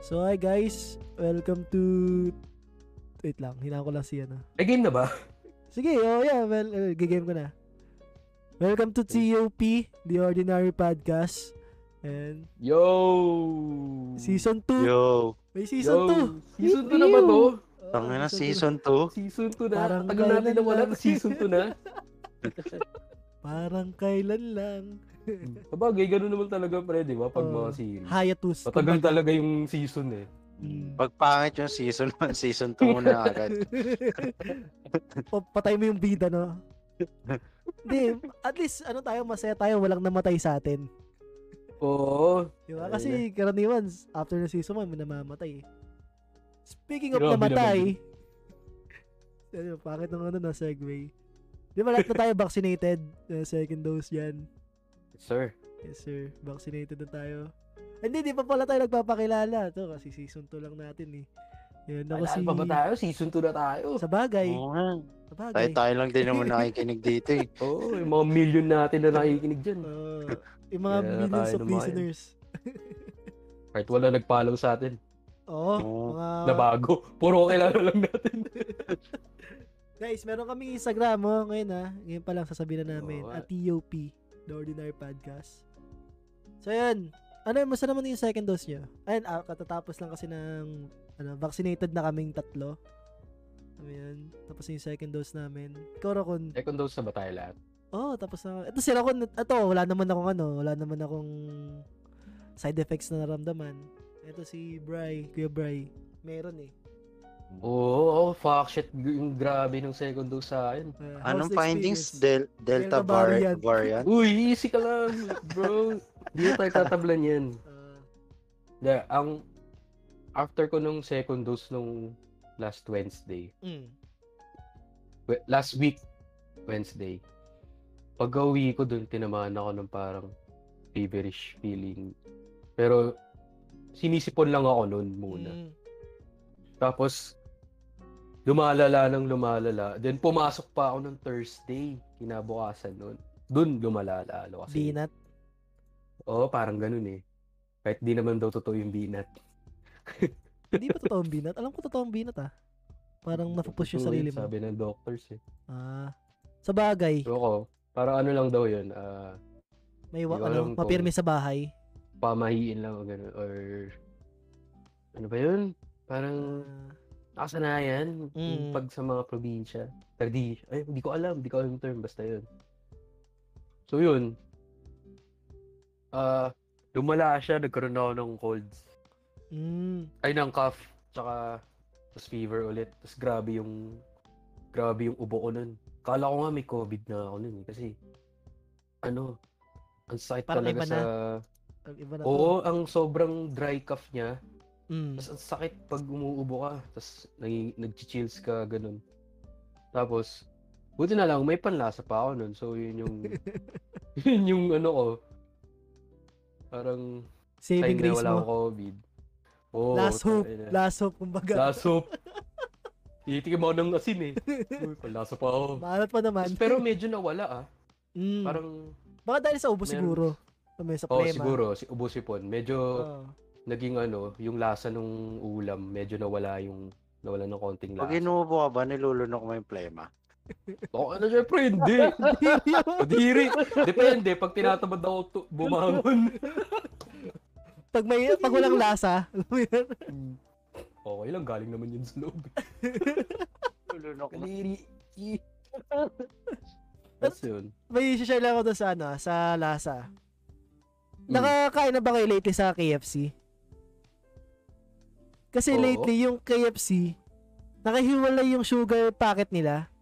So, hi guys. Welcome to... Wait lang, hinaan ko lang si ano. May Eh, game na ba? Sige, oh yeah, well, uh, gigame ko na. Welcome to TOP, The Ordinary Podcast. And Yo! season 2. Yo, May season Season 2 na ba 2. to? Oh, tangin na two. season 2. Season 2 na. Parang Tagal natin kailan na wala lang. na season 2 na. Parang kailan lang. Sabagay, ganun naman talaga pre, di ba? Pag Oh. mga series. Hiatus. Matagal talaga yung season eh. Mm. Pag pangit yung season 1, season 2 muna agad. Pa- Patay mo yung bida, no? Hindi, at least, ano tayo, masaya tayo, walang namatay sa atin. Oo. Di ba? Ayun Kasi karaniwan, after ng season 1, may namamatay. eh. Speaking of Grabe namatay, ano, pangit ng ano na segue. Di ba lahat na tayo vaccinated? Uh, second dose yan. Sir. Yes sir, vaccinated na tayo. Hindi, di pa pala tayo nagpapakilala. To, kasi season 2 lang natin eh. Yan ako si... Alaan pa ba tayo? Season 2 na tayo. Sa bagay. Oo nga. Sa bagay. Tayo-tayo lang din naman nakikinig dito eh. Oo, yung mga million natin na nakikinig dyan. Oo. yung mga Kaya na millions tayo of lumayan. listeners. Kahit wala nag-follow sa atin. Oo. Oo. mga... na bago. Puro kilala lang natin. Guys, meron kami Instagram oh, ngayon ha. Ngayon pa lang sasabihin na namin. Oo, at TOP, The Ordinary Podcast. So, yun. Ano, mas naman yung second dose nyo? Ayun, ah, katatapos lang kasi ng ano, vaccinated na kaming tatlo. Ano yun? Tapos na yung second dose namin. Ikaw, Rakon. Second dose na ba tayo lahat? Oo, oh, tapos na. Ito si Rakon. Ito, wala naman akong ano. Wala naman akong side effects na naramdaman. Ito si Bry. Kuya Bry. Meron eh. Oo, oh, fuck shit. Yung grabe ng second dose sa akin. Uh, how's Anong the findings? experience? Del- Delta Delta, var- variant. variant. Uy, easy ka lang, bro. Hindi na tayo tatablan yan. Ah, Yeah, ang after ko nung second dose nung last Wednesday, mm. we- last week, Wednesday, pag uwi ko dun, tinamaan ako ng parang feverish feeling. Pero, sinisipon lang ako nun muna. Mm. Tapos, lumalala ng lumalala. Then, pumasok pa ako ng Thursday, kinabukasan nun. Dun, lumalala lalo kasi. Binat. Oo, parang ganun eh. Kahit di naman daw totoo yung binat. Hindi ba totoong binat? Alam ko totoong binat ah. Parang napupush yung Totoo sarili yun, mo. Sabi ng doctors eh. Ah. Sa bagay, So ako, parang ano lang daw yun, ah, may wa- Hindi ko alam ano, kung- mapirmi sa bahay. pamahiin lang o gano'n. Or, ano ba yun? Parang, Mm. Ah, nakasanayan. Yung Mm. Pag sa mga probinsya. Tardi. Ay, hindi ko alam. Hindi ko alam yung term. Basta yun. So yun. Ah, lumala siya. Nagkaroon ako ng colds. mm, Ay, ng cough. Tsaka, tapos fever ulit. Tapos grabe yung, grabe yung ubo ko nun. Kala ko nga may COVID na ako nun. eh, Kasi, ano, ang sakit Parang talaga iba na. sa... ang iba na Oo, ang sobrang dry cough niya. to. Mm. Tapos ang sakit pag umuubo ka. Tapos nag- nag-chills ka, ganun. Tapos, buti na lang, may panlasa pa ako nun. So, yun yung, yun yung ano ko. Parang, Saving time na grace wala akong mo. COVID. Oo, last hope. tangina. Last hope, kumbaga. Last hope. Titikim ako ng asin eh. Uy, panlasa pa ako. Maalat pa naman. Tapos, pero medyo nawala ah. Mm. Parang, Baka dahil sa ubo Meron. siguro. O may sa oh, plema. siguro, si ubusipon. Medyo, Oo. naging ano, yung lasa nung ulam, medyo nawala yung nawala ng konting Pag lasa. inuubo ka ba, nilulunok mo yung plema? Oo, ano syempre, hindi. Kadiri. Depende, pag tinatamad ako tu- bumangon. pag may pag walang lasa, alam mo yun? okay lang, galing naman yun sa loob. Nilulunok mo. Kadiri. That's yun. may share lang ako doon sa ano, sa lasa. Mm. Nakakain na ba kayo lately sa KFC? Kasi Oo. lately yung KFC, nakahiwalay yung sugar packet nila.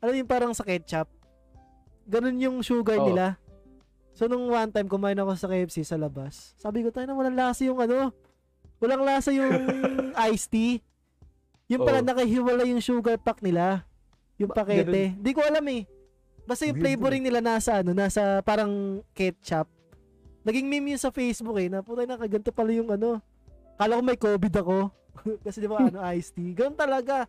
Alam mo yung parang sa ketchup. Ganun yung sugar Oo. nila. So nung one time kumain ako sa KFC sa labas, sabi ko tayo na walang lasa yung ano, walang lasa yung iced tea. Yung pala Oo. nakahiwalay yung sugar pack nila. Yung Ba- pakete. Hindi ko alam eh. Basta yung Weird flavoring nila nasa ano, nasa parang ketchup. Naging meme yun sa Facebook eh, na putay na kaganto pala yung ano. Kala ko may COVID ako. Kasi di ba ano, iced tea. Ganun talaga.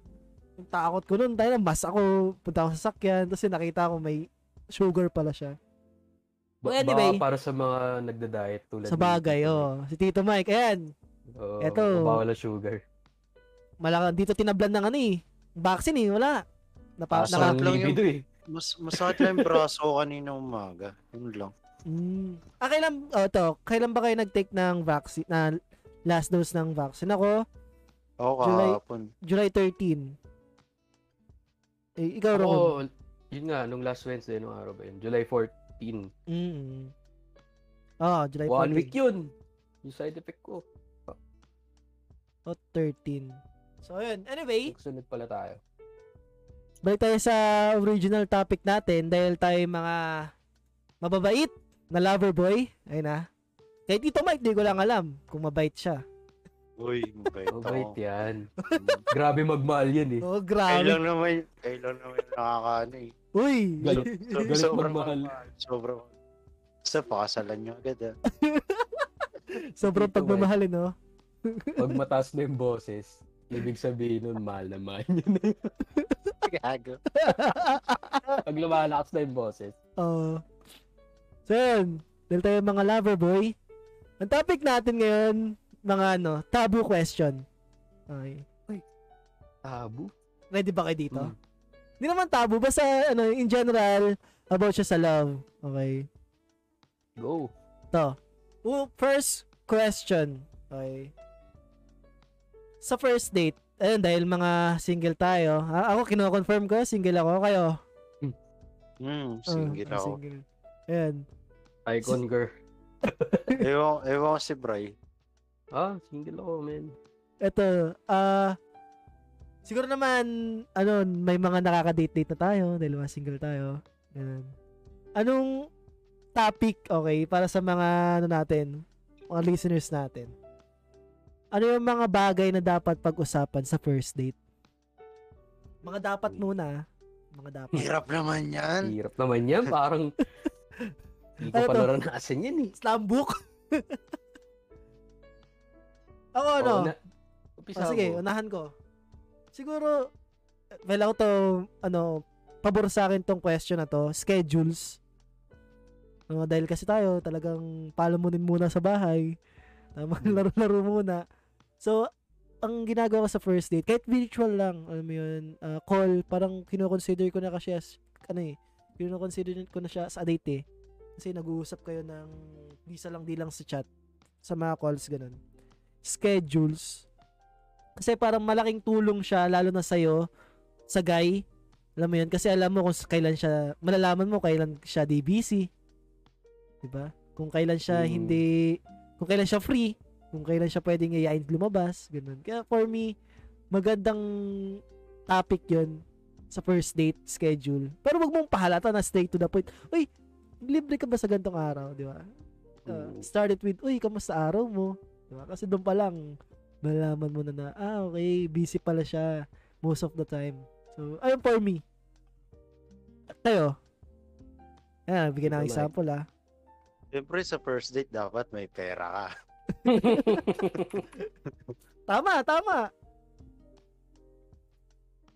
Yung takot ko nun, dahil mas ako, punta ako sa sakyan, tapos yung nakita ko may sugar pala siya. Well, Ba- anyway. baka para sa mga nagda-diet tulad Sa bagay, ni- oh. Si Tito Mike, ayan. Oo, Eto. Bawal na sugar. Malaki dito tinablan ng ano eh. Vaccine eh, wala. Napa, Ah, naka, Parang lang yung- libido eh. Mas masakit lang yung braso ko kanina umaga. Yun lang. Mm. Ah, kailan, oh, to, kailan ba kayo nag-take ng vaccine, na last dose ng vaccine? Ako, Ako July- kahapon. July 13. Eh, ikaw, Ron. Ako, yun nga, nung last Wednesday, nung araw ba yun? July 14. Mm. Oh, July One 14. week yun. Yung side effect ko. Oh, 13. So, yun. Anyway, Sunod pala tayo. balik tayo sa original topic natin dahil tayo mga mababait na lover boy. Ayun na. Kahit Tito Mike, di ko lang alam kung mabait siya. Uy, mabait Eh, Mabait ako. yan. Grabe magmahal yan eh. Oh, Kailan grabe. lang naman, kailan lang naman yung nakakaano eh. Uy! Galit. Galit magmahal. Sobrang. Sa pakasalan nyo agad ah. Sobrang Tito Mike. pagmamahalin, no? Pag mataas na yung boses, ibig sabihin nun, mahal na mahal yun. Gago. Pag lumalakas na yung boses, Oo. Uh, So, yun. Dahil tayo mga lover boy. Ang topic natin ngayon, mga ano, taboo question. Okay. tabu. Ready ba kayo dito? Hmm. Mm. Hindi naman taboo, basta ano, in general, about siya sa love. Okay. Go. To. U- First question. Okay. Sa first date, ayun, dahil mga single tayo. A- ako, kino-confirm ko, single ako. Kayo? Ah, Hmm, single ah, ako. Single. Ayan. I conquer. Ewan, ewan ko si Bray. Ah, single ako, man. eto, ah, siguro naman, ano, may mga nakaka-date-date na tayo, dahil mga single tayo. Ganun. Anong topic, okay, para sa mga, ano natin, mga listeners natin? Ano yung mga bagay na dapat pag-usapan sa first date? Mga dapat muna, ah. mga dapat. Hirap naman yan. Hirap naman yan. Parang, hindi ko Ano pa to? naranasan yan eh. Slam book! Ako, ano? Oo, na- Oh, Umpisa sige, mo. unahan ko. Siguro, well, ako to, ano, pabor sa akin tong question na to, schedules. No, dahil kasi tayo, talagang palamunin muna sa bahay. Tama, Hmm. laro-laro muna. So, ang ginagawa ko sa first date, kahit virtual lang, alam mo yun, ah, call, parang kinoconsider ko na kasi as, ano eh, kinoconsider ko na siya as a date eh. Kasi nag-uusap kayo ng di sa lang di lang sa chat, sa mga calls, ganun. Schedules, kasi parang malaking tulong siya lalo na sa'yo sa guy alam mo yun kasi alam mo kung s- kailan siya malalaman mo kailan siya di busy 'di ba kung kailan siya Mm. hindi kung kailan siya free kung kailan siya pwedeng yayain lumabas ganun kaya for me magandang topic yun sa first date schedule pero wag mong pahalata na straight to the point uy libre ka ba sa gantong araw 'di ba Uh, Mm. start it with uy kamusta araw mo 'Di ba? kasi doon pa lang malaman mo na na, ah, okay, busy pala siya most of the time. So, ayun for me. At Kayo. Ayan, bigyan ng Ito, Mike. example ah. Siyempre sa first date dapat may pera ka. Tama, tama.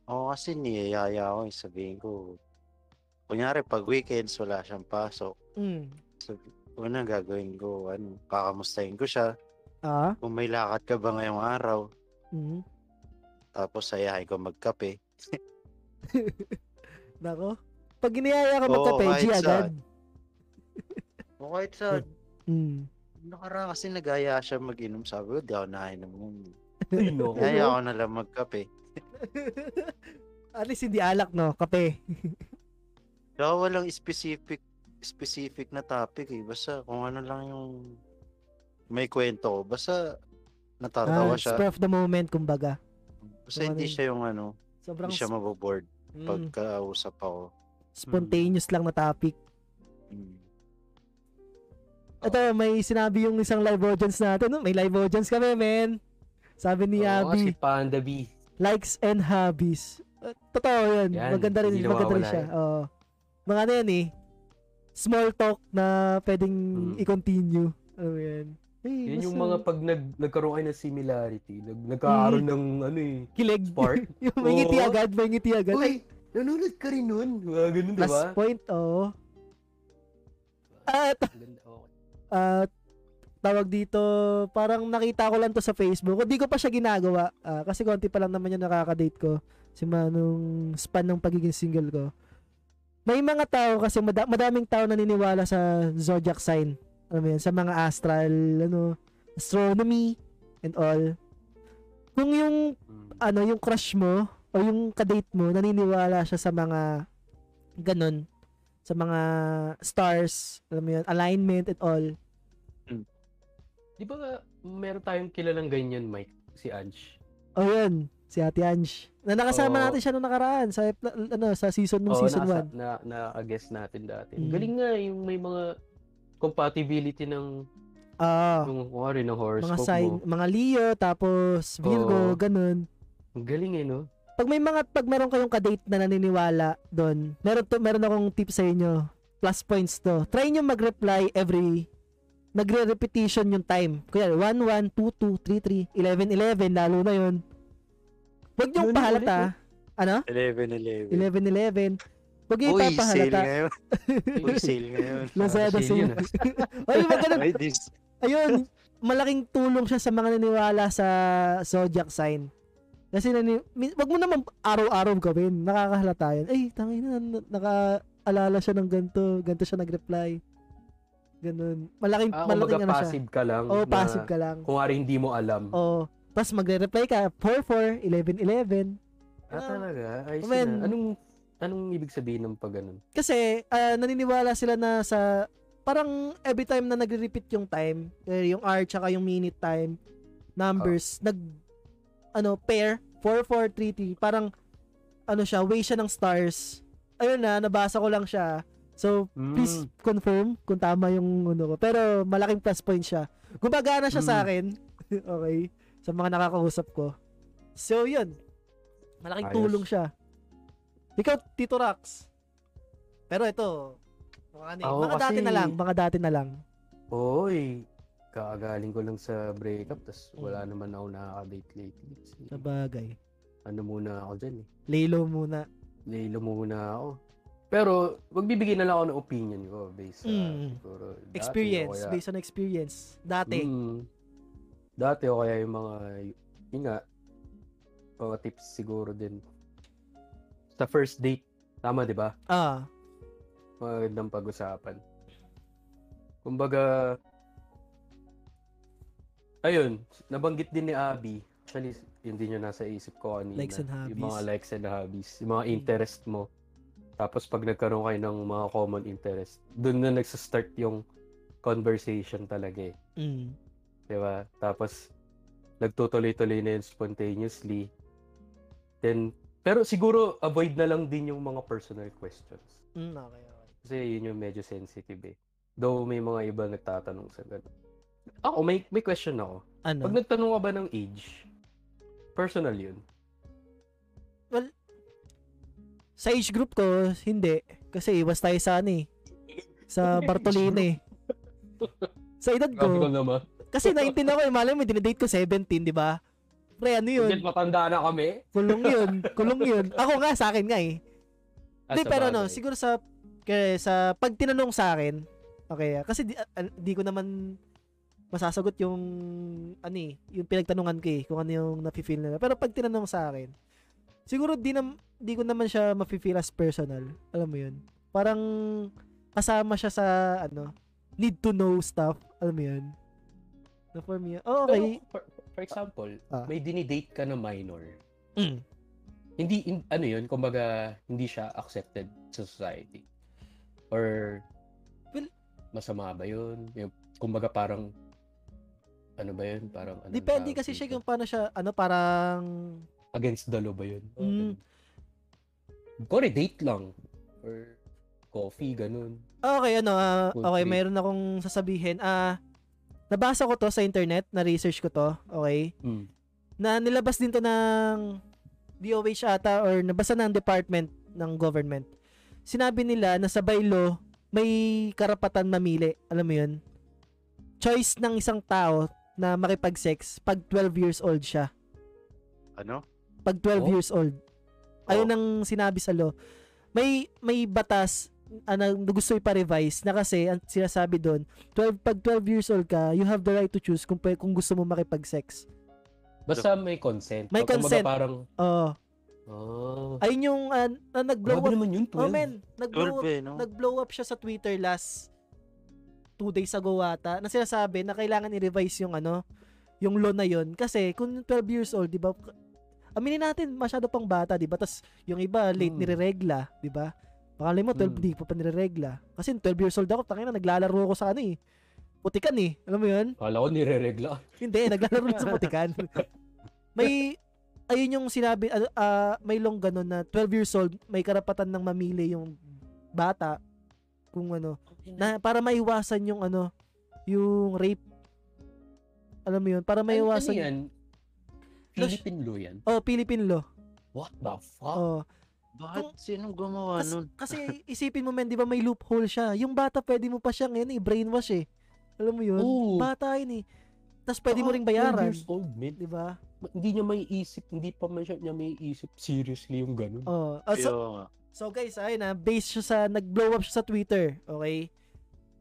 Oo kasi niyayaya ko eh. Sabihin ko, kunyari pag weekends wala siyang pasok. Mm. Sabi, una gagawin ko, ano, kakamustahin ko siya. Ah, Kung may lakad ka ba ngayong araw, mm. tapos ayahin ko magkape. Nako. Pag giniyaya ka magkape, Oo, kahit G agad. O kahit sa, Mm. nakaraan kasi nagaya siya mag-inom. Sabi ko, di ako nainom yun. Ay, no. Niyaya ko na lang magkape. At least hindi alak, no? Kape. Saka walang specific specific na topic eh. Basta kung ano lang yung may kwento. Basta natatawa Ah, siya. spur of the moment, kumbaga. Basta hindi Parang- siya yung ano, Sobrang hindi siya maboboard mm, pag kausap ako. spontaneous lang na topic. Mm. Oh. Ito, may sinabi yung isang live audience natin. No? May live audience kami, men. Sabi ni Oo, Abby. si Panda B. likes and hobbies. Uh, totoo yun. Yan, maganda rin, hindi maganda rin nawawala eh. siya. Oo. Mga ano yan eh. Small talk na pwedeng Mm. i-continue. Alam mo yan. Hey, Yun yung basta- mga pag nag, nagkaroon kayo ng similarity, nag, Hmm. nagkaaroon ng ano eh, kilig. spark. yung may ngiti Oo. agad, may ngiti agad. Ay, Uy, nanonood ka rin nun. Mga ganun, di plus ba? point, oo. At Ganda, okay. at tawag dito, parang nakita ko lang to sa Facebook. Hindi ko pa siya ginagawa ah, kasi konti pa lang naman yung nakaka-date ko si manong span ng pagiging single ko. May mga tao kasi mada- madaming tao naniniwala sa zodiac sign. Alam mo yun, sa mga astral, ano, astronomy and all. Kung yung Mm. ano yung crush mo o yung kadate mo naniniwala siya sa mga ganun sa mga stars alam mo yun alignment and all Di ba nga, meron tayong kilalang ganyan, Mike? Si Ange. o Oh, yun si Ate Ange na nakasama Oo. natin siya nung nakaraan sa ano sa season nung Oo, season Oh. nasa- 1 na, na, guess natin dati. Mm. Galing nga yung may mga compatibility ng ah yung kuwari mga ng horoscope sign mo. Oh. mga Leo tapos Virgo Oo. ganun Ang galing eh, no? pag may mga pag meron kayong kadate na naniniwala doon, meron to meron akong tip sa inyo. Plus points to. Try nyo mag-reply every nagre-repetition yung time. Kuya, 1 1 2 2 3 3 11 11 lalo na 'yon. Huwag niyo Ano na pahalata. Ano? 11-11. 11 11. Huwag niyo Uy, sale ipapahalata. ngayon. Uy, sale ngayon. Lazada Parang sa sale yun, Ay, wag ganun. Ay, this. Ayun, malaking tulong siya sa mga naniwala sa zodiac sign. Kasi nani, min- wag mo naman araw-araw gawin. Nakakahalata yun. Ay, tangin na, na- nakaalala siya ng ganito. Ganito siya nag-reply. Ganun. Malaking, Ah, malaking kumbaga ano siya. passive ka lang. Oo, na passive ka lang. Kuwari hindi mo alam. Oo. Tapos magre-reply ka, 4-4, 11-11. Ah, talaga? Ay, Well, sina. Anong, anong ibig sabihin ng pag ganun? Kasi ah, naniniwala sila na sa parang every time na nagre-repeat yung time, eh, yung hour tsaka yung minute time, numbers, nag ano pair 4433 parang ano siya, way siya ng stars. Ayun na, nabasa ko lang siya. So, please Mm. confirm kung tama yung ano ko. Pero malaking plus point siya. Gumagana siya sa Mm. akin. okay. Sa mga nakakausap ko. So, yun. Malaking Ayos. tulong siya. Ikaw, Tito Rax. Pero ito, mga, ano, eh, Ako mga dati kasi- na lang. Mga dati na lang. Oy, kaagaling ko lang sa breakup, tas wala Mm. naman ako nakaka-date lately. eh, Sa bagay. Ano muna ako dyan eh. Lilo muna. Lilo muna ako. Pero, magbibigay na lang ako ng opinion ko based sa Mm. siguro dati o Experience. kaya- Based on experience. Dati. Mm. dati o kaya yung mga, yun nga, mga tips siguro din. Sa first date, tama di ba? Ah. Magandang pag-usapan. Kumbaga, ayun, nabanggit din ni Abby. Actually, yun din yung nasa isip ko kanina. Likes and Yung mga hobbies. likes and hobbies. Yung mga interest mo. Tapos pag nagkaroon kayo ng mga common interest, doon na nagsastart yung conversation talaga eh. Mm. 'Di ba? Tapos, nagtutuloy-tuloy na yun spontaneously. Then, pero siguro avoid na lang din yung mga personal questions. Mm, okay, okay. Kasi yun yung medyo sensitive eh. Though may mga iba nagtatanong sa ganun. Ako, may, may question ako. Ano? Pag nagtanong ka ba ng age, personal yun. Sa age group ko, hindi. Kasi iwas tayo sa ano eh. Sa Bartolina eh. Sa edad ko. naman. Kasi 19 ako eh. Malay mo, dinidate ko 17, di ba? Pre, ano yun? matanda na kami. Kulong yun. Kulong yun. Ako nga, sa akin nga eh. Ah, Hindi, sa pero bagay. no, siguro sa, kaya sa pag tinanong sa akin, okay, ah, kasi di, ah, ah, di ko naman masasagot yung, ano eh, yung pinagtanungan ko eh, kung ano yung nafe-feel nila. Pero pag tinanong sa akin, siguro di, nam, di ko naman siya mafe-feel as personal. Alam mo yun? Parang kasama siya sa, ano, need to know stuff. Alam mo yun? Na for me, oh, Pero, okay. for, for example, Ah. may dinidate ka na minor. Mm. Hindi, in- ano yun, kumbaga, hindi siya accepted sa society. Or, Well, masama ba yun? Yung, kumbaga, parang, ano ba yun? Parang, ano Depende kasi siya kung paano siya, ano, parang, against the law ba yun? Mm. Kore, date lang. Or coffee, ganun. Okay, ano, ah, Food okay, trip. mayroon akong sasabihin. Ah, nabasa ko to sa internet, na-research ko to, okay? Mm. Na nilabas din to ng DOH ata or nabasa ng department ng government. Sinabi nila na sa bylaw, may karapatan mamili. Alam mo yun? Choice ng isang tao na makipag-sex pag 12 years old siya Ano? pag 12 Oh. years old. Ayun ang sinabi sa law. May may batas ah, na gusto ipa-revise na kasi ang sinasabi doon, 12 pag 12 years old ka, you have the right to choose kung pwe- kung gusto mo makipag-sex. Basta may consent. May Kumbaga consent. parang, Oh, oh. ayun yung ah, na nag-blow Grabe up. naman yun, 12. Oh man, nag-blow up, 12 eh, no? nag-blow up siya sa Twitter last two days ago ata na sinasabi na kailangan i-revise yung ano, yung law na yun kasi kung yung 12 years old, 'di ba? Aminin natin, masyado pang bata, 'di ba? Tas yung iba late Mm. nireregla, 'di ba? Pakala mo 12 Mm. di pa pa nireregla. Kasi nung 12 years old ako, tangina naglalaro ako sa ano eh. Putikan eh. Alam mo 'yun? Kala ko nireregla. Hindi, naglalaro din sa putikan. may, ayun yung sinabi, ano, ah, may long ganun na 12 years old, may karapatan ng mamili yung bata kung ano, na, para maiwasan yung ano, yung rape. Alam mo yun? Para Ano maiwasan. yan? Philippine law yan? Oh, Philippine law. What the fuck? Oh. Bakit? Kung- Sinong gumawa Kas- nun? kasi isipin mo men, 'di ba may loophole siya. Yung bata pwede mo pa siya ngayon eh, brainwash eh. Alam mo yun? Oo. Bata yun eh. Tapos pwede mo Saka ring 12 bayaran, Ah, years old, man. 'di ba? Ma- Hindi niya may isip, hindi pa man siya niya may isip seriously yung ganun. Oh. Ah, so- Kaya nga. So guys, ayun na, based siya sa, nag-blow up siya sa Twitter, okay?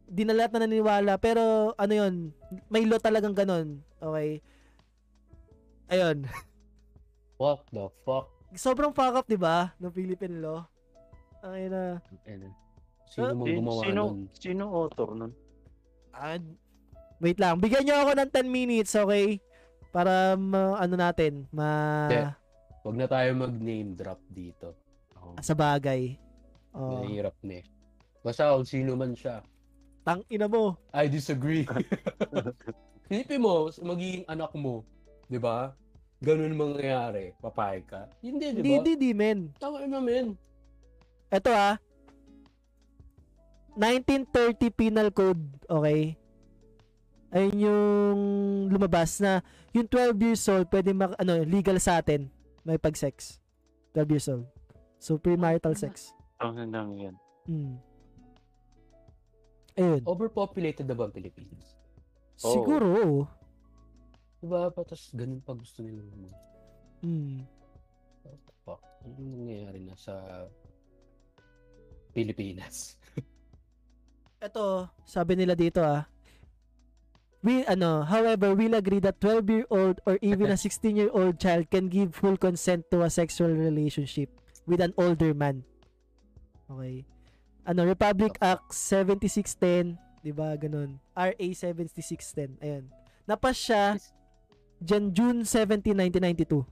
Di na lahat na naniniwala, pero ano yun, may law talagang ganun, okay? Ayun. What the fuck? Sobrang fuck up, di ba? Ng Philippine law. ah, Ay na. Ano? Sino Ah, mang Sin- gumawa sino, nun? sino author nun? Ah, wait lang, bigyan niyo ako ng 10 minutes, okay? Para ma- ano natin, ma... Yeah. Huwag na tayo mag-name drop dito. Oh, Sa bagay. Oh, Nahihirap na eh. Basta kung sino man siya, tang ina mo. I disagree. Isipin mo, sa magiging anak mo, di ba? Ganun mangyayari, papayag ka. Hindi, di Hindi, ba? hindi, di, men. Tama na, men. Eto ah. 1930 Penal Code, okay? Ayun yung lumabas na yung 12 years old pwede mak ano, legal sa atin may pag-sex. 12 years old. So premarital sex. Ang lang yan. Mm. Ayun. Oh. Overpopulated na ba ang Pilipinas? oh. Siguro. oo. Di ba? Patas ganun pa gusto nila ng mga. Mm. What the fuck? Ano nangyayari na sa Pilipinas? Eto, sabi nila dito ah. We ano, however, we'll agree that 12-year-old or even a 16-year-old child can give full consent to a sexual relationship with an older man. Okay. Ano, Republic Act 7610, 'di ba? Ganun. RA 7610. Ayan. Napas siya Jan June 17, 1992.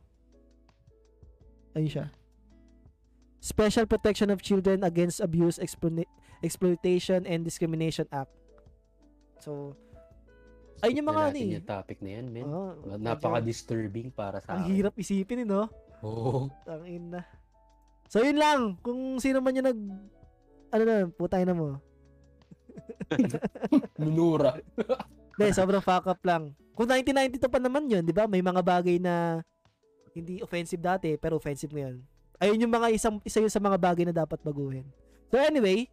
Ayun siya. Special Protection of Children Against Abuse, Explo- Exploitation, and Discrimination Act. So, Ayun yung Skip na mga ano natin eh. yung topic na yan, men. oh, medyo Napaka-disturbing para sa Ang akin. hirap isipin, eh, no? Oo. Ang ina. So, yun lang. Kung sino man yung nag... Ano na, putay na mo. Minura. Hindi, sobrang fuck up lang. Kung 1992 pa naman yun, di ba? May mga bagay na hindi offensive dati, pero offensive ngayon. Ayun yung mga isang, isa yun sa mga bagay na dapat baguhin. So anyway,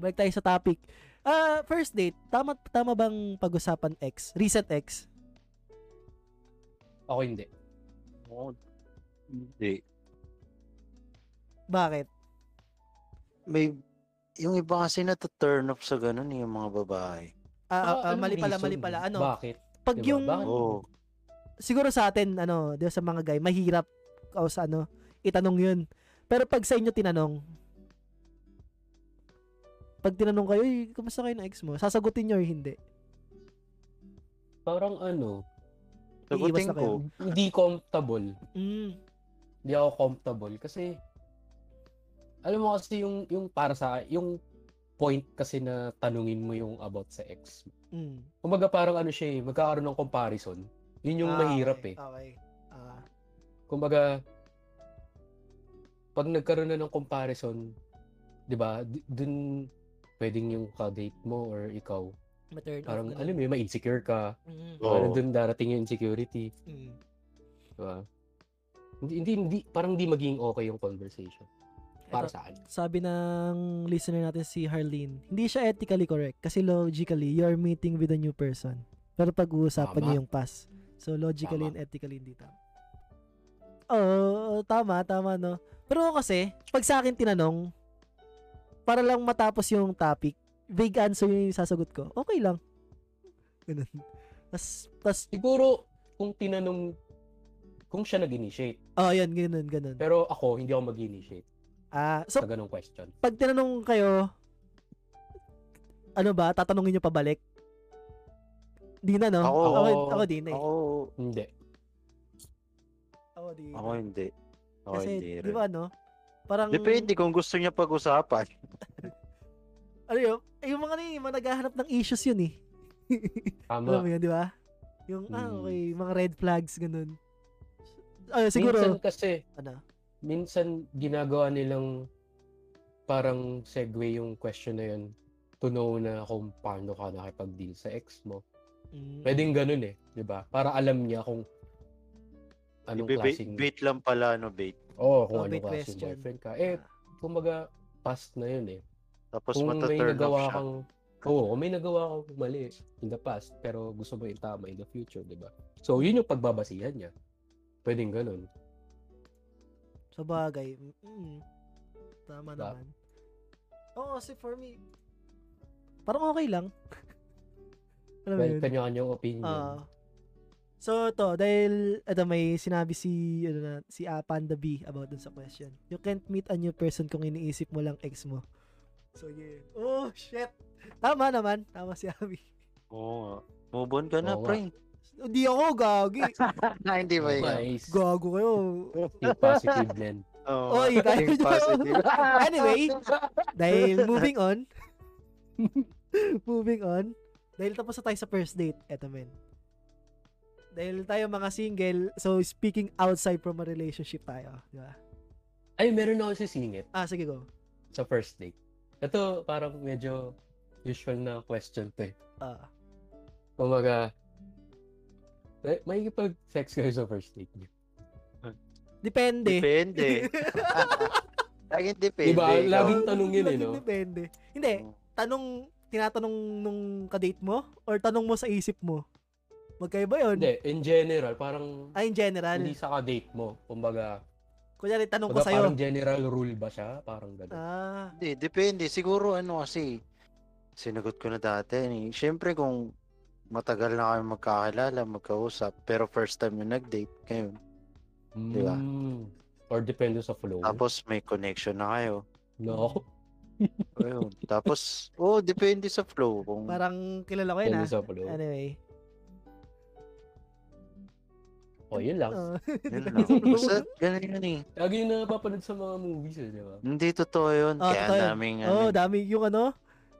balik tayo sa topic. Ah, first date, tama, tama bang pag-usapan ex? Recent ex? Ako hindi. Oo. Hindi. Bakit? May, yung iba kasi nata-turn off sa ganun eh, yung mga babae. Ah, ah, ah, anong mali pala, reason? mali pala. Ano? Bakit? Pag Diba? yung, Bakit? Oo. siguro sa atin, ano, di ba, sa mga guy, mahirap o sa ano, itanong yun. Pero pag sa inyo tinanong, pag tinanong kayo, "Uy, kumusta kayo ng ex mo? Sasagutin nyo or hindi? Parang ano, Iiwas Sagutin na kayo. ko, hindi comfortable. Hmm. Mm. Hindi ako comfortable kasi alam mo kasi yung yung para sa yung point kasi na tanungin mo yung about sa ex. Mm. Kumbaga parang ano siya eh, magkakaroon ng comparison. Yun Ah, yung mahirap eh. Okay. Ah, kumbaga, pag nagkaroon na ng comparison, di ba, d- dun pwedeng yung ka-date mo or ikaw, ma-turn off. parang, ganun. alam mo, yun, ma-insecure ka, Mm. Oo. parang dun darating yung insecurity, Mm. di ba? Diba? Hindi, hindi, hindi, parang hindi maging okay yung conversation. Para Ito, sa akin. sabi ng listener natin si Harleen, hindi siya ethically correct kasi logically, you're meeting with a new person. Pero pag-uusapan Tama. niyo yung past. So logically Tama. and ethically hindi tama. Oo, tama, tama no. Pero kasi, pag sa akin tinanong, para lang matapos yung topic, vague answer yung sasagot ko. Okay lang. Ganun. Tas, tas, Siguro, kung tinanong, kung siya nag-initiate. oh, yan, ganun, ganun. Pero ako, hindi ako mag-initiate Ah, so, sa ganong question. pag tinanong kayo, ano ba, tatanungin nyo pabalik? Di na, no? Ako, ako, oo. ako di na eh. Ako, Hindi. Ako, di na. ako hindi. Ako Kasi, hindi di rin. ba, no? Parang, Depende kung gusto niya pag-usapan. ano yun, eh, yung mga na yun, yung mga naghahanap ng issues yun eh. Ano Alam Tama. mo yun, di ba? Yung, ah, Hmm. Mm. okay, mga red flags, ganun. Ay, siguro, Minsan kasi, ano, minsan ginagawa nilang parang segue yung question na yun to know na kung paano ka nakipag-deal sa ex mo. mm, Pwedeng ganun eh, di ba? Para alam niya kung anong Ibe- klaseng... Bait lang pala, no, bait. Oo, Oh, kung may anong klaseng question. boyfriend ka. Ah, Eh, kumbaga, past na yun eh. Tapos kung may mataturn off nagawa siya. kang... Oo, kung may nagawa kang mali in the past, pero gusto mo itama in the future, di ba? So, yun yung pagbabasihan niya. Pwedeng ganun. sa bagay. Mm, tama Diba? naman. Oo, kasi for me, parang okay lang. Alam mo Well, Ano yun? kanya-kanyang opinion. Ah. so to, dahil ito may sinabi si ano na, si ah, Panda B about dun sa question. You can't meet a new person kung iniisip mo lang ex mo. So yeah. Oh shit. Tama naman, tama si Abi. Oo nga. Move on ka na, Oo nga. pre. Hindi ako gagi. Na, Ah, hindi ba ikaw? Nice. Gago kayo. Yung positive lens. Oo. Oy, tayo Think dyan. positive. Anyway, dahil moving on. moving on. Dahil tapos na tayo sa first date. Eto men. Dahil tayo mga single, so speaking outside from a relationship tayo. Di ba? Ay, meron ako sisingit Ah, sige go. sa first date. Ito, parang medyo usual na question to eh. Ah, Kumaga, may, may sex kayo sa first date niyo. depende. Depende. Laging depende. Diba? ikaw. Laging tanungin eh, Laging no? Depende. Hindi, tanong, tinatanong nung kadate mo or tanong mo sa isip mo. Magkaiba yun? Hindi, in general, parang Ah, in general. hindi sa ka-date mo. Kumbaga, Kunyari, tanong ko kumbaga Ano sa'yo. parang general rule ba siya? Parang gano'n. Ah, Hindi, depende. Siguro ano kasi, sinagot ko na dati. Eh. Siyempre kung matagal na kayo magkakilala, magkausap, pero first time yung nag-date, kayo. diba? Mm, or depende sa flow. Tapos may connection na kayo. no? Ayun. Tapos, oh, depende sa flow. Kung parang kilala ko yun Depende ah. sa flow. Anyway. O, Oh, yun lang. Ah. yun lang. Basta, ganun yun eh. Lagi yung napapanood sa mga movies eh, di ba? Hindi totoo yun. Ah, Kaya totoo ang yun. daming, Oo, oh, ano, dami. Yung ano,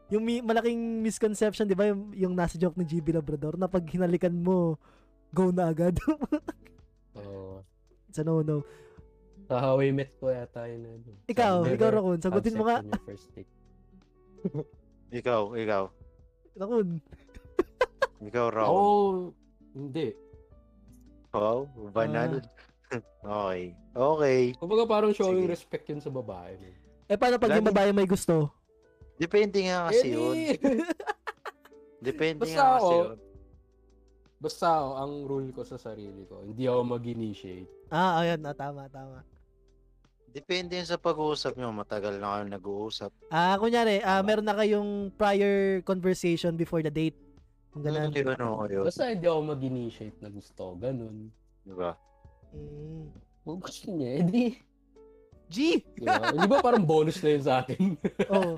yung mi- malaking misconception, di ba? Yung, yung nasa joke ng GB Labrador na pag hinalikan mo, go na agad. Oo. It's a no-no. Oh, sa How I Met ko yata yun. ano. Ikaw, Never ikaw Rakun, have sagutin mo sex nga. on your first date. ikaw, ikaw. Rakun. Ikaw, Raul. Oh, hindi. Wow, banal. Ah. okay. Okay. Kumbaga parang showing Sige. respect yun sa babae. mo. Eh, paano pag yung Lagi- babae may gusto? Depende Eh, nga kasi di. yun. Depende Basta nga kasi ako, yun. Basta ako, ang rule ko sa sarili ko, hindi ako mag-initiate. Ah, ayun. Ah, tama, tama. Depende yun sa pag-uusap nyo. Matagal na kayo nag-uusap. Ah, kunyari, ah, Tama. meron na kayong prior conversation before the date. Ano Kung ganun. Hindi ba no ano yun? Basta hindi ako mag-initiate na gusto ko, ganun. Diba? Mm. Kung gusto niya, edi. G! Diba? Di ba parang bonus na yun sa atin? Oo,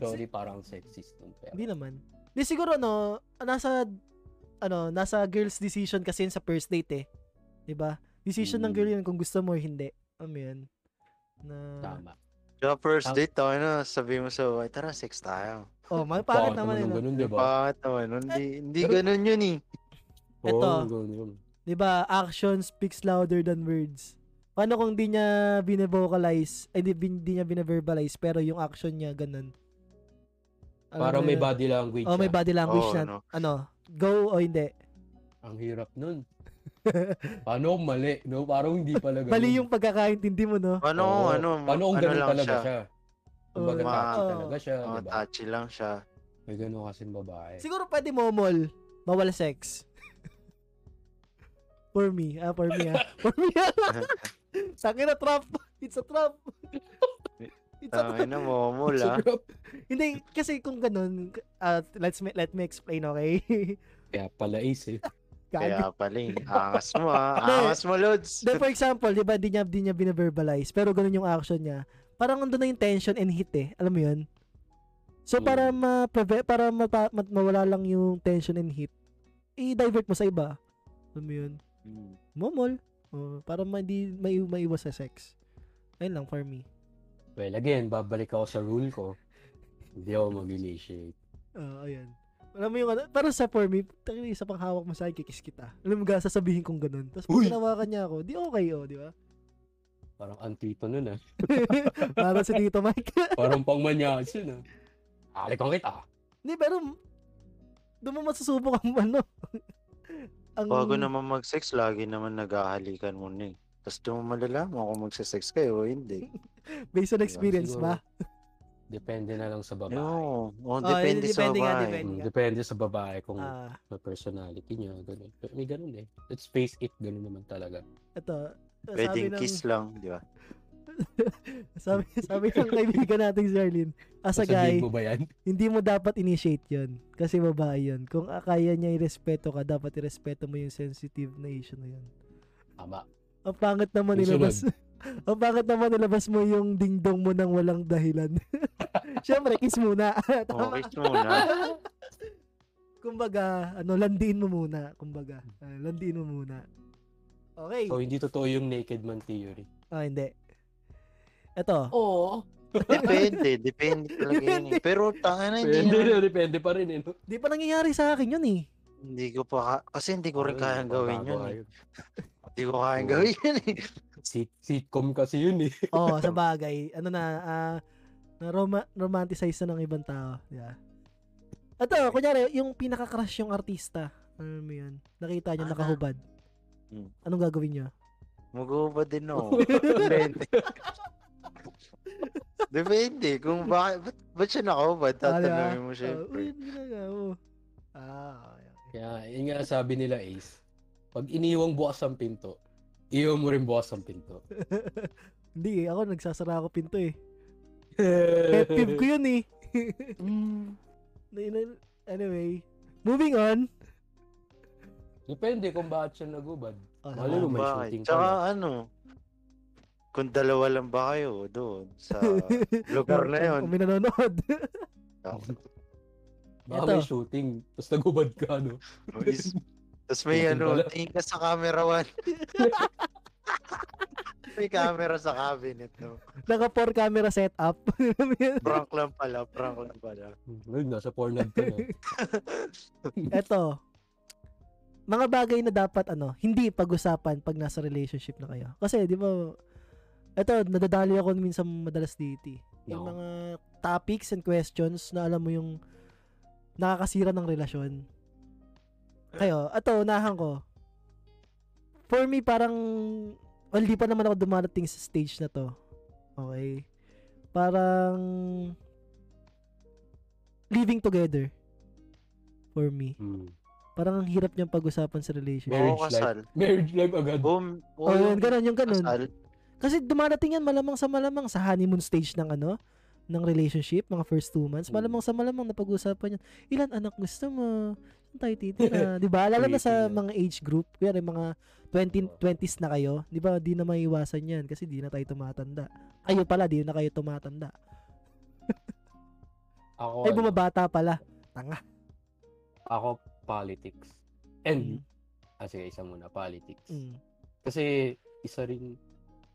Sorry, parang sexist nung pero. hindi naman. Di siguro, no, nasa, ano, nasa girl's decision kasi yun sa first date eh. Di ba? Decision ng Mm. girl yun kung gusto mo or hindi. Ano yun? Na, Tama. Sa first Ang- date, tayo na, sabi mo sa babae, tara, sex tayo. Oh, may pangit naman yun. yun. Ganun, di ba? Bakit naman? Hindi, hindi Diba? Pero- ganun yun eh. Oo, Eto. ganun. 'Di ba? Action speaks louder than words. Paano kung di niya bine-vocalize, ay di, bin- di niya bine-verbalize pero yung action niya ganun. Alam Parang mo may yun? body language. Oh, may ah. body language Oo, na. ano. Ano? Go o hindi. Ang hirap nun. Paano kung mali? No? Parang hindi pala ganun. Mali yung pagkakaintindi mo, no? Ano, Oo. ano, Paano kung ano ganun lang talaga siya. siya? Kumbaga Oo. touchy Oo. talaga siya, diba? Oh, di ba? touchy lang siya. May ganun kasing babae. Siguro pwede momol, bawal sex. for me, ah, for me, ah. For me, ah. Tangina, trap. It's a trap. It's- Tangin na, momol ah. Sarap. Hindi, kasi kung ganun, uh, let's me, let me explain, okay? Kaya pala ace eh. Gago. Kaya pala eh. Angas mo ah. Angas mo, Lods. Then for example, di ba, di niya, di niya binaverbalize, pero ganun yung action niya. Parang nandun na yung tension and hit eh. Alam mo yun? So Mm. para ma para mata, ma- mawala lang yung tension and hit, i-divert mo sa iba. Alam mo yun? Hmm. Momol. Oh, para ma- hindi may, maiwas sa sex. Ayun lang for me. Well, again, babalik ako sa rule ko. Hindi ako mag-initiate. Oo, Ah, ayan. Alam mo yung ano, pero sa for me, tangina, isa pang hawak mo sa akin, kikis kita. Alam mo ga, sasabihin kong ganun. Tapos pag Uy! tinawakan niya ako, di okay oh, di ba? Parang antito nun ah. Para sa Tito Mike. Parang pang manyas yun ah. Alikong kita. Hindi, pero doon mo masusubok ang ano. ang, Bago naman mag-sex, lagi naman naghahalikan muna eh. Tapos di mo malalaman kung magsasex kayo o hindi. Based on experience Siguro, ba? Depende na lang sa babae. No. Oh, Ah, yun, depende sa depende nga, babae. depende. Mm, depende sa babae kung Ah, sa personality niya. Ganun. Pero may ganun eh. Let's face it, ganun naman talaga. ito. Pwedeng sabi ng, kiss lang, di ba? Sabi, sabi ng kaibigan natin si Arlene, as a Sasabihin guy, mo ba yan? hindi mo dapat initiate yon Kasi babae yun. Kung ah, kaya niya irespeto ka, dapat irespeto mo yung sensitive na issue na yun. Tama. Ang pangit naman Yung nilabas. Ang pangit naman nilabas mo yung dingdong mo nang walang dahilan. Siyempre, kiss muna. Oh, Tama. kiss muna. kumbaga, ano, landiin mo muna. Kumbaga, Ah, landiin mo muna. Okay. So, hindi totoo yung naked man theory. Ah, hindi. Ito. Oo. depende, depende talaga yun. eh. Pero tanga na, hindi, Depende, naman- na, depende pa rin eh. no? Di pa nangyayari sa akin yun eh. hindi ko pa, ka- kasi hindi ko Ayun, rin kayang gawin bago yun. eh. ayun. Hindi ko kayang gawin yun eh. Sit- sitcom kasi yun eh. Oo, Oh, sa bagay. Ano na, ah, na roma- romanticize na ng ibang tao. Yeah. Ito, kunyari, yung pinaka-crush yung artista. Ano mo yun? Nakita niyo, Ah. nakahubad. Hmm. Anong gagawin niyo? Mag-uubad din ako. Depende. Depende. Kung bakit, ba't, ba't siya nakaubad? Ah, di ba? Tatanungin Uh, mo "Oh, syempre. Ah, okay. Kaya, yun nga sabi nila Ace, pag iniwang bukas ang pinto, iwan mo rin bukas ang pinto. Hindi eh, ako nagsasara ako pinto eh. Pet peeve ko yun eh. Mm. Na- na- Anyway, moving on. Depende kung bakit siya nagubad. Oh, Wala naman. mo, may Bakit? shooting Tsaka pala. ano, kung dalawa lang ba kayo doon sa lugar na yun? Kung may nanonood. Baka Eto. may shooting, tapos nagubad ka, no? Tapos Oh, may Butin ano, pala. tingin ka sa camera one. may camera sa cabinet, no? Naka four camera setup. Prank lang pala, prank lang pala. Ngayon, Hmm, nasa Pornhub ka na. Eto. Mga bagay na dapat ano, hindi pag-usapan pag nasa relationship na kayo. Kasi di ba eto nadadali ako minsan madalas dito. eh. Yung No. mga topics and questions na alam mo yung nakakasira ng relasyon. Kayo, eto unahan ko. For me parang well, di pa naman ako dumarating sa stage na to. Okay. Parang living together for me. Mm. Parang ang hirap niyang pag-usapan sa relationship. Marriage Oo, kasal. Marriage life agad. Boom. Oh, yun, ganun, yung ganun. Kasal. Kasi dumarating yan malamang sa malamang sa honeymoon stage ng ano, ng relationship, mga first two months. Mm. Malamang sa malamang napag-usapan yan. Ilan anak gusto mo? Saan tayo titira? di ba? Lalo na sa Creepy, no? mga age group. Kaya yung mga 20, 20s na kayo. Di ba? Di na maiwasan yan kasi di na tayo tumatanda. Kayo pala, di na kayo tumatanda. Ako, Ay, ano, bumabata pala. ako, politics. And, Mm, ah, sige, isa muna, politics. mm. Kasi, isa rin,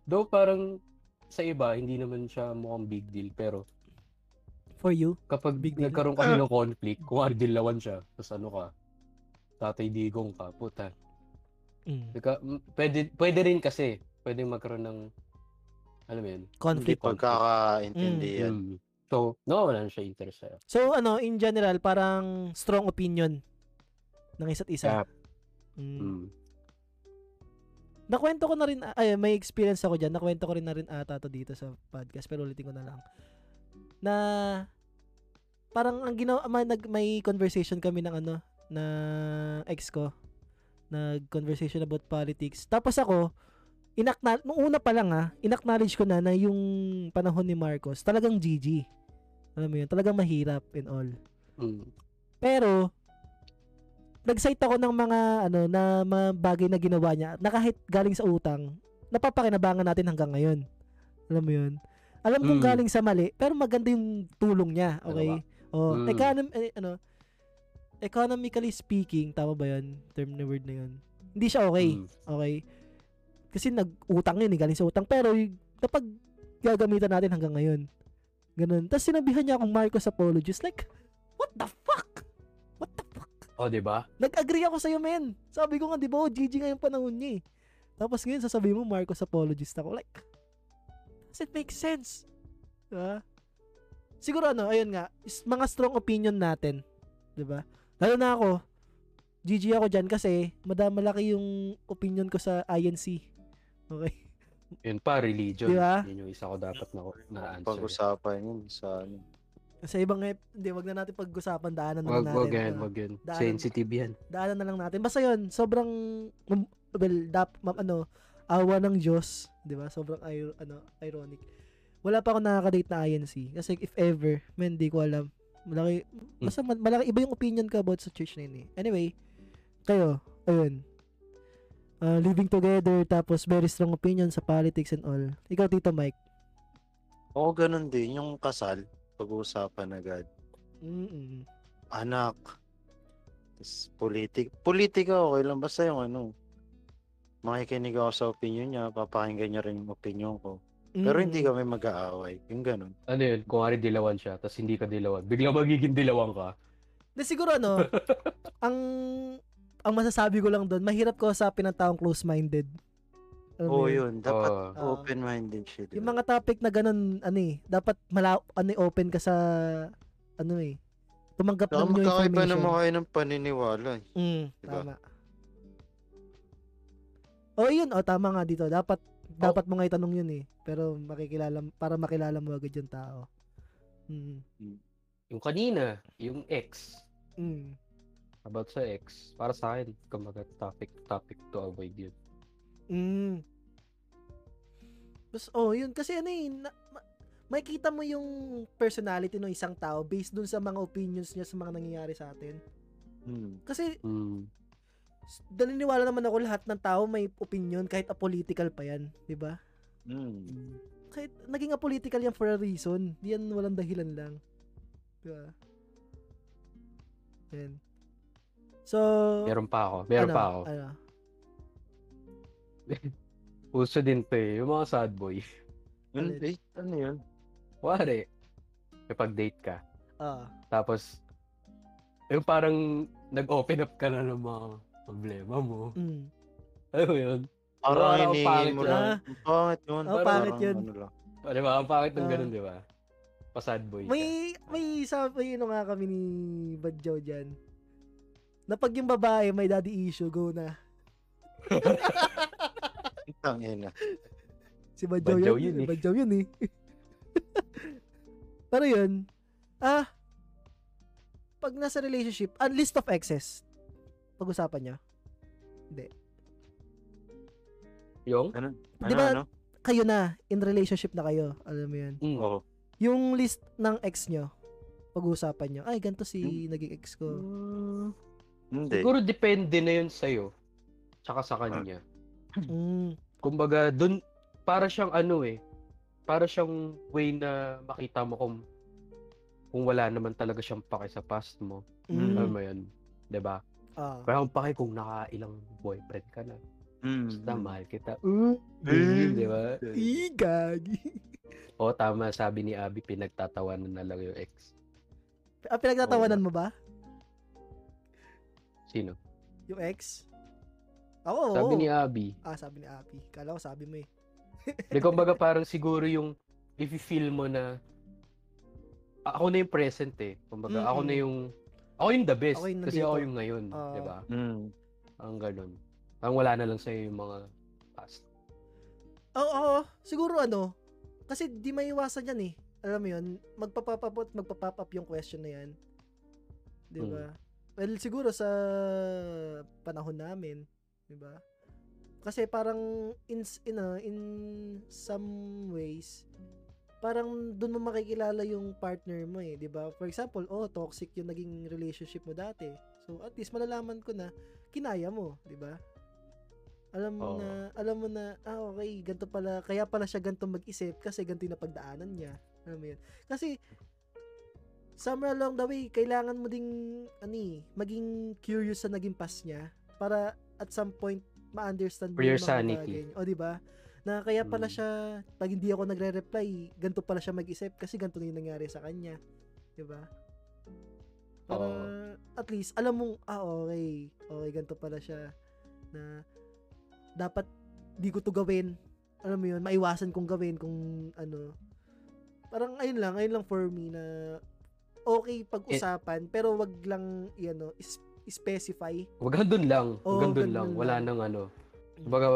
though parang sa iba, hindi naman siya mukhang big deal, pero For you? kapag Big deal? nagkaroon kasi ng conflict, kung ardilawan siya, tapos ano ka, tatay digong ka, puta. Mm. Nagka, m- pwede, pwede rin kasi, pwede magkaroon ng, alam mo yun, Hindi Conflict. pagkakaintindihan. mm. So, nawawala na siya interest sa'yo. So, ano, in general, parang strong opinion ng isa't isa. Mm. Mm. Nakwento ko na rin, ay, may experience ako dyan. Nakwento ko rin na rin ata to dito sa podcast, pero ulitin ko na lang. Na, parang ang ginawa, may, nag, may conversation kami ng ano, na ex ko. Nag-conversation about politics. Tapos ako, inaknal nung una pa lang ha, inacknowledge ko na na yung panahon ni Marcos, talagang GG. Alam mo yun, talagang mahirap and all. Mm. Pero nag-cite ako ng mga ano na mga bagay na ginawa niya na kahit galing sa utang, napapakinabangan natin hanggang ngayon. Alam mo 'yun. Alam kong Mm. Ano galing sa mali, pero maganda yung tulong niya, okay? Oh, Mm. econom- eh, ano economically speaking, tama ba 'yun? Term na word na 'yun. Hindi siya okay. Mm. Okay? Kasi nag-utang yun, eh, galing sa utang. Pero y- napag gagamitan natin hanggang ngayon. Ganun. Tapos sinabihan niya akong Marcos apologist. Like, what the fuck? What the fuck? Oh, di ba? Nag-agree ako sa'yo, men. Sabi ko nga, di ba, oh, GG nga yung panahon niya eh. Tapos ngayon, sasabihin mo, Marcos apologist ako. Like, does it make sense? Diba? Siguro ano, ayun nga, is mga strong opinion natin. Diba? Lalo na ako, GG ako dyan kasi madam malaki yung opinion ko sa INC. Okay? Yun pa, religion. Di ba? Yun yung isa ko dapat na, na mm. Ah, answer. Pag-usapan yun sa ano. Sa ibang, ep- hindi, wag na natin pag-usapan, daanan na lang Wag, natin. wag yan, Diba? wag yan. Daanan- Sensitive yan. daanan na lang natin. Basta yun, sobrang, um, well, dap, ma- ano, awa ng Diyos, di ba? Sobrang ir- ano, ironic. Wala pa ako nakaka-date na INC. Kasi if ever, man, di ko alam. Malaki, Hmm. basta ma- malaki, iba yung opinion ko about sa church na yun eh. Anyway, kayo, ayun. Uh, living together, tapos very strong opinion sa politics and all. Ikaw, Tito Mike. Oo, ganun din. Yung kasal, pag-uusapan agad. Mm-mm. Anak. Tapos politik. Politika, okay lang. Basta yung ano, makikinig ako sa opinion niya, papakinggan niya rin yung opinion ko. Pero hindi Mm. kami mag-aaway. Yung ganun. Ano yun? Kung ari dilawan siya, tapos hindi ka dilawan. Bigla magiging dilawan ka. De siguro ano, ang ang masasabi ko lang doon, mahirap ko sa ng taong close-minded. Alam mo Oo, yun. Dapat Oh. Ah. open-minded siya. Yung mga topic na ganun, ano eh, dapat mala ano eh, open ka sa ano eh. Tumanggap Saka ng new magkakaiba information. naman kayo ng paniniwala. eh. Mm, Diba? tama. Oh, yun. Oh, tama nga dito. Dapat dapat mo nga itanong yun eh. Pero makikilala para makilala mo agad yung tao. Mm. Yung kanina, yung ex. Mm. About sa ex, para sa akin, kumbaga topic, topic to avoid yun. Mm. Bas, oh, yun. Kasi ano eh, na, ma- makikita mo yung personality ng isang tao based dun sa mga opinions niya sa mga nangyayari sa atin. Hmm. Kasi Mm. s- naniniwala naman ako lahat ng tao may opinion kahit apolitical pa yan, di ba? Hmm. Mm. Kahit naging apolitical yan for a reason. Di Yan walang dahilan lang. Di ba? Yan. So, Meron pa ako. Meron ano, pa ako. Ano? Uso din to eh. Yung mga sad boy. Ano, Ano- eh, ano yun? Wari, kapag date ka. Ah. Tapos, yung parang nag-open up ka na ng mga problema mo. Mm. Alam mo yun? Parang Parang hinihingi pangit mo yun. lang. Ang Pangit yun. Oh, pangit Parang yun. ano lang. O, di ba? Ang pangit ng Ah. ganun, di ba? Pa-sad boy ka. May may isa may ano nga kami ni Badjaw diyan. Na pag yung babae may daddy issue, go na. Ang ina. Si Badjaw, Badyaw yun, yun eh. Badyaw yun eh. Pero yun, ah, pag nasa relationship, a list of exes, pag-usapan niya. Yung? Ano, Di ba, ano? kayo na, in relationship na kayo, alam mo yun. Mm. Oo. Yung list ng ex nyo, pag-usapan nyo, ay, ganito si naging ex ko. Hindi. Siguro depende na yun sa'yo. Tsaka sa kanya. Mm, Kumbaga, dun, para siyang ano eh. Para siyang way na makita mo kung kung wala naman talaga siyang pake sa past mo. mm, Alam mo yun? Di ba? ah. Wala akong pake kung nakailang boyfriend ka na. Hmm. Basta mahal kita. Mm, Eh. Di ba? Ih, gagi. O tama, sabi ni Abby, pinagtatawanan na lang yung ex. Ah, pinagtatawanan mo ba? Sino? Yung ex? Ako, Sabi oo. ni Abby. Ah, sabi ni Api. Kala ko sabi mo eh. Di kumbaga parang siguro yung if you feel mo na "Ah, ako na yung present eh. Kumbaga ako na Mm-mm. yung ako yung the best Ako yung kasi nandito. ako yung ngayon, Oo. 'di ba? Hmm. Ang ganun. Ang wala na lang sa yung mga past. Ah, Oo, oo. Siguro ano, kasi di maiwasan yan eh. Alam mo yun, magpapapapot, magpapop up yung question na yan. Di Hmm. ba? Well, siguro sa panahon namin, di ba? Kasi parang in, s- in, ah, in some ways, parang doon mo makikilala yung partner mo eh, 'di ba? For example, oh, toxic yung naging relationship mo dati. So at least malalaman ko na kinaya mo, 'di ba? Alam mo Oo. na, alam mo na, ah okay, ganito pala, kaya pala siya ganito mag-isip kasi ganito yung napagdaanan niya. Alam mo yun? Kasi somewhere along the way, kailangan mo ding ani, maging curious sa naging past niya para at some point ma-understand mo For your yung mga sanity. bagay niya. O, di ba? Na kaya pala Mm. siya, pag hindi ako nagre-reply, ganito pala siya mag-isip kasi ganito na yung nangyari sa kanya. 'Di ba? Para Oo. at least alam mong ah okay, okay ganito pala siya na dapat di ko to gawin. Alam mo 'yun, maiwasan kong gawin kung ano. Parang ayun lang, ayun lang for me na okay pag-usapan pero wag lang 'yan no, specify. Huwag hanggang doon lang. Oo, Huwag hanggang doon ganun lang. lang. Wala nang ano. Kumbaga,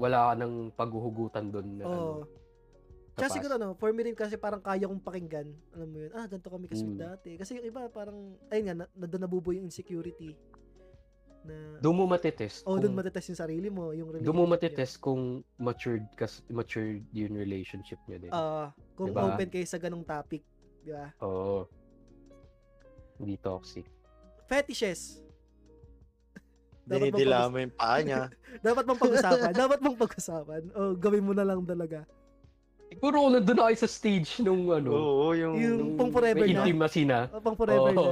wala ka ng paghuhugutan doon na ano. Oo. Tsaka siguro ano, for me rin kasi parang kaya kong pakinggan. Alam mo yun, ah, ganito kami kasi Mm. dati. Kasi yung iba parang, ayun nga, na, na doon nabubuo yung insecurity. Na, Doon mo matetest. oh, doon kung- matetest yung sarili mo, yung relationship doon mo niyo. matetest kung matured, kas, matured yung relationship niya din. Ah, kung Diba? open kayo sa ganong topic. Di ba? Oo. Hindi toxic. Fetishes. Dapat Dinidila mo yung paa niya. Dapat mong pag-usapan. dapat mong pag-usapan. O, gawin mo na lang talaga. Siguro kung nandun ako sa stage nung ano, Oo, yung... Yung- nung pang forever may na. intimacy na. O, pang forever Oo. na.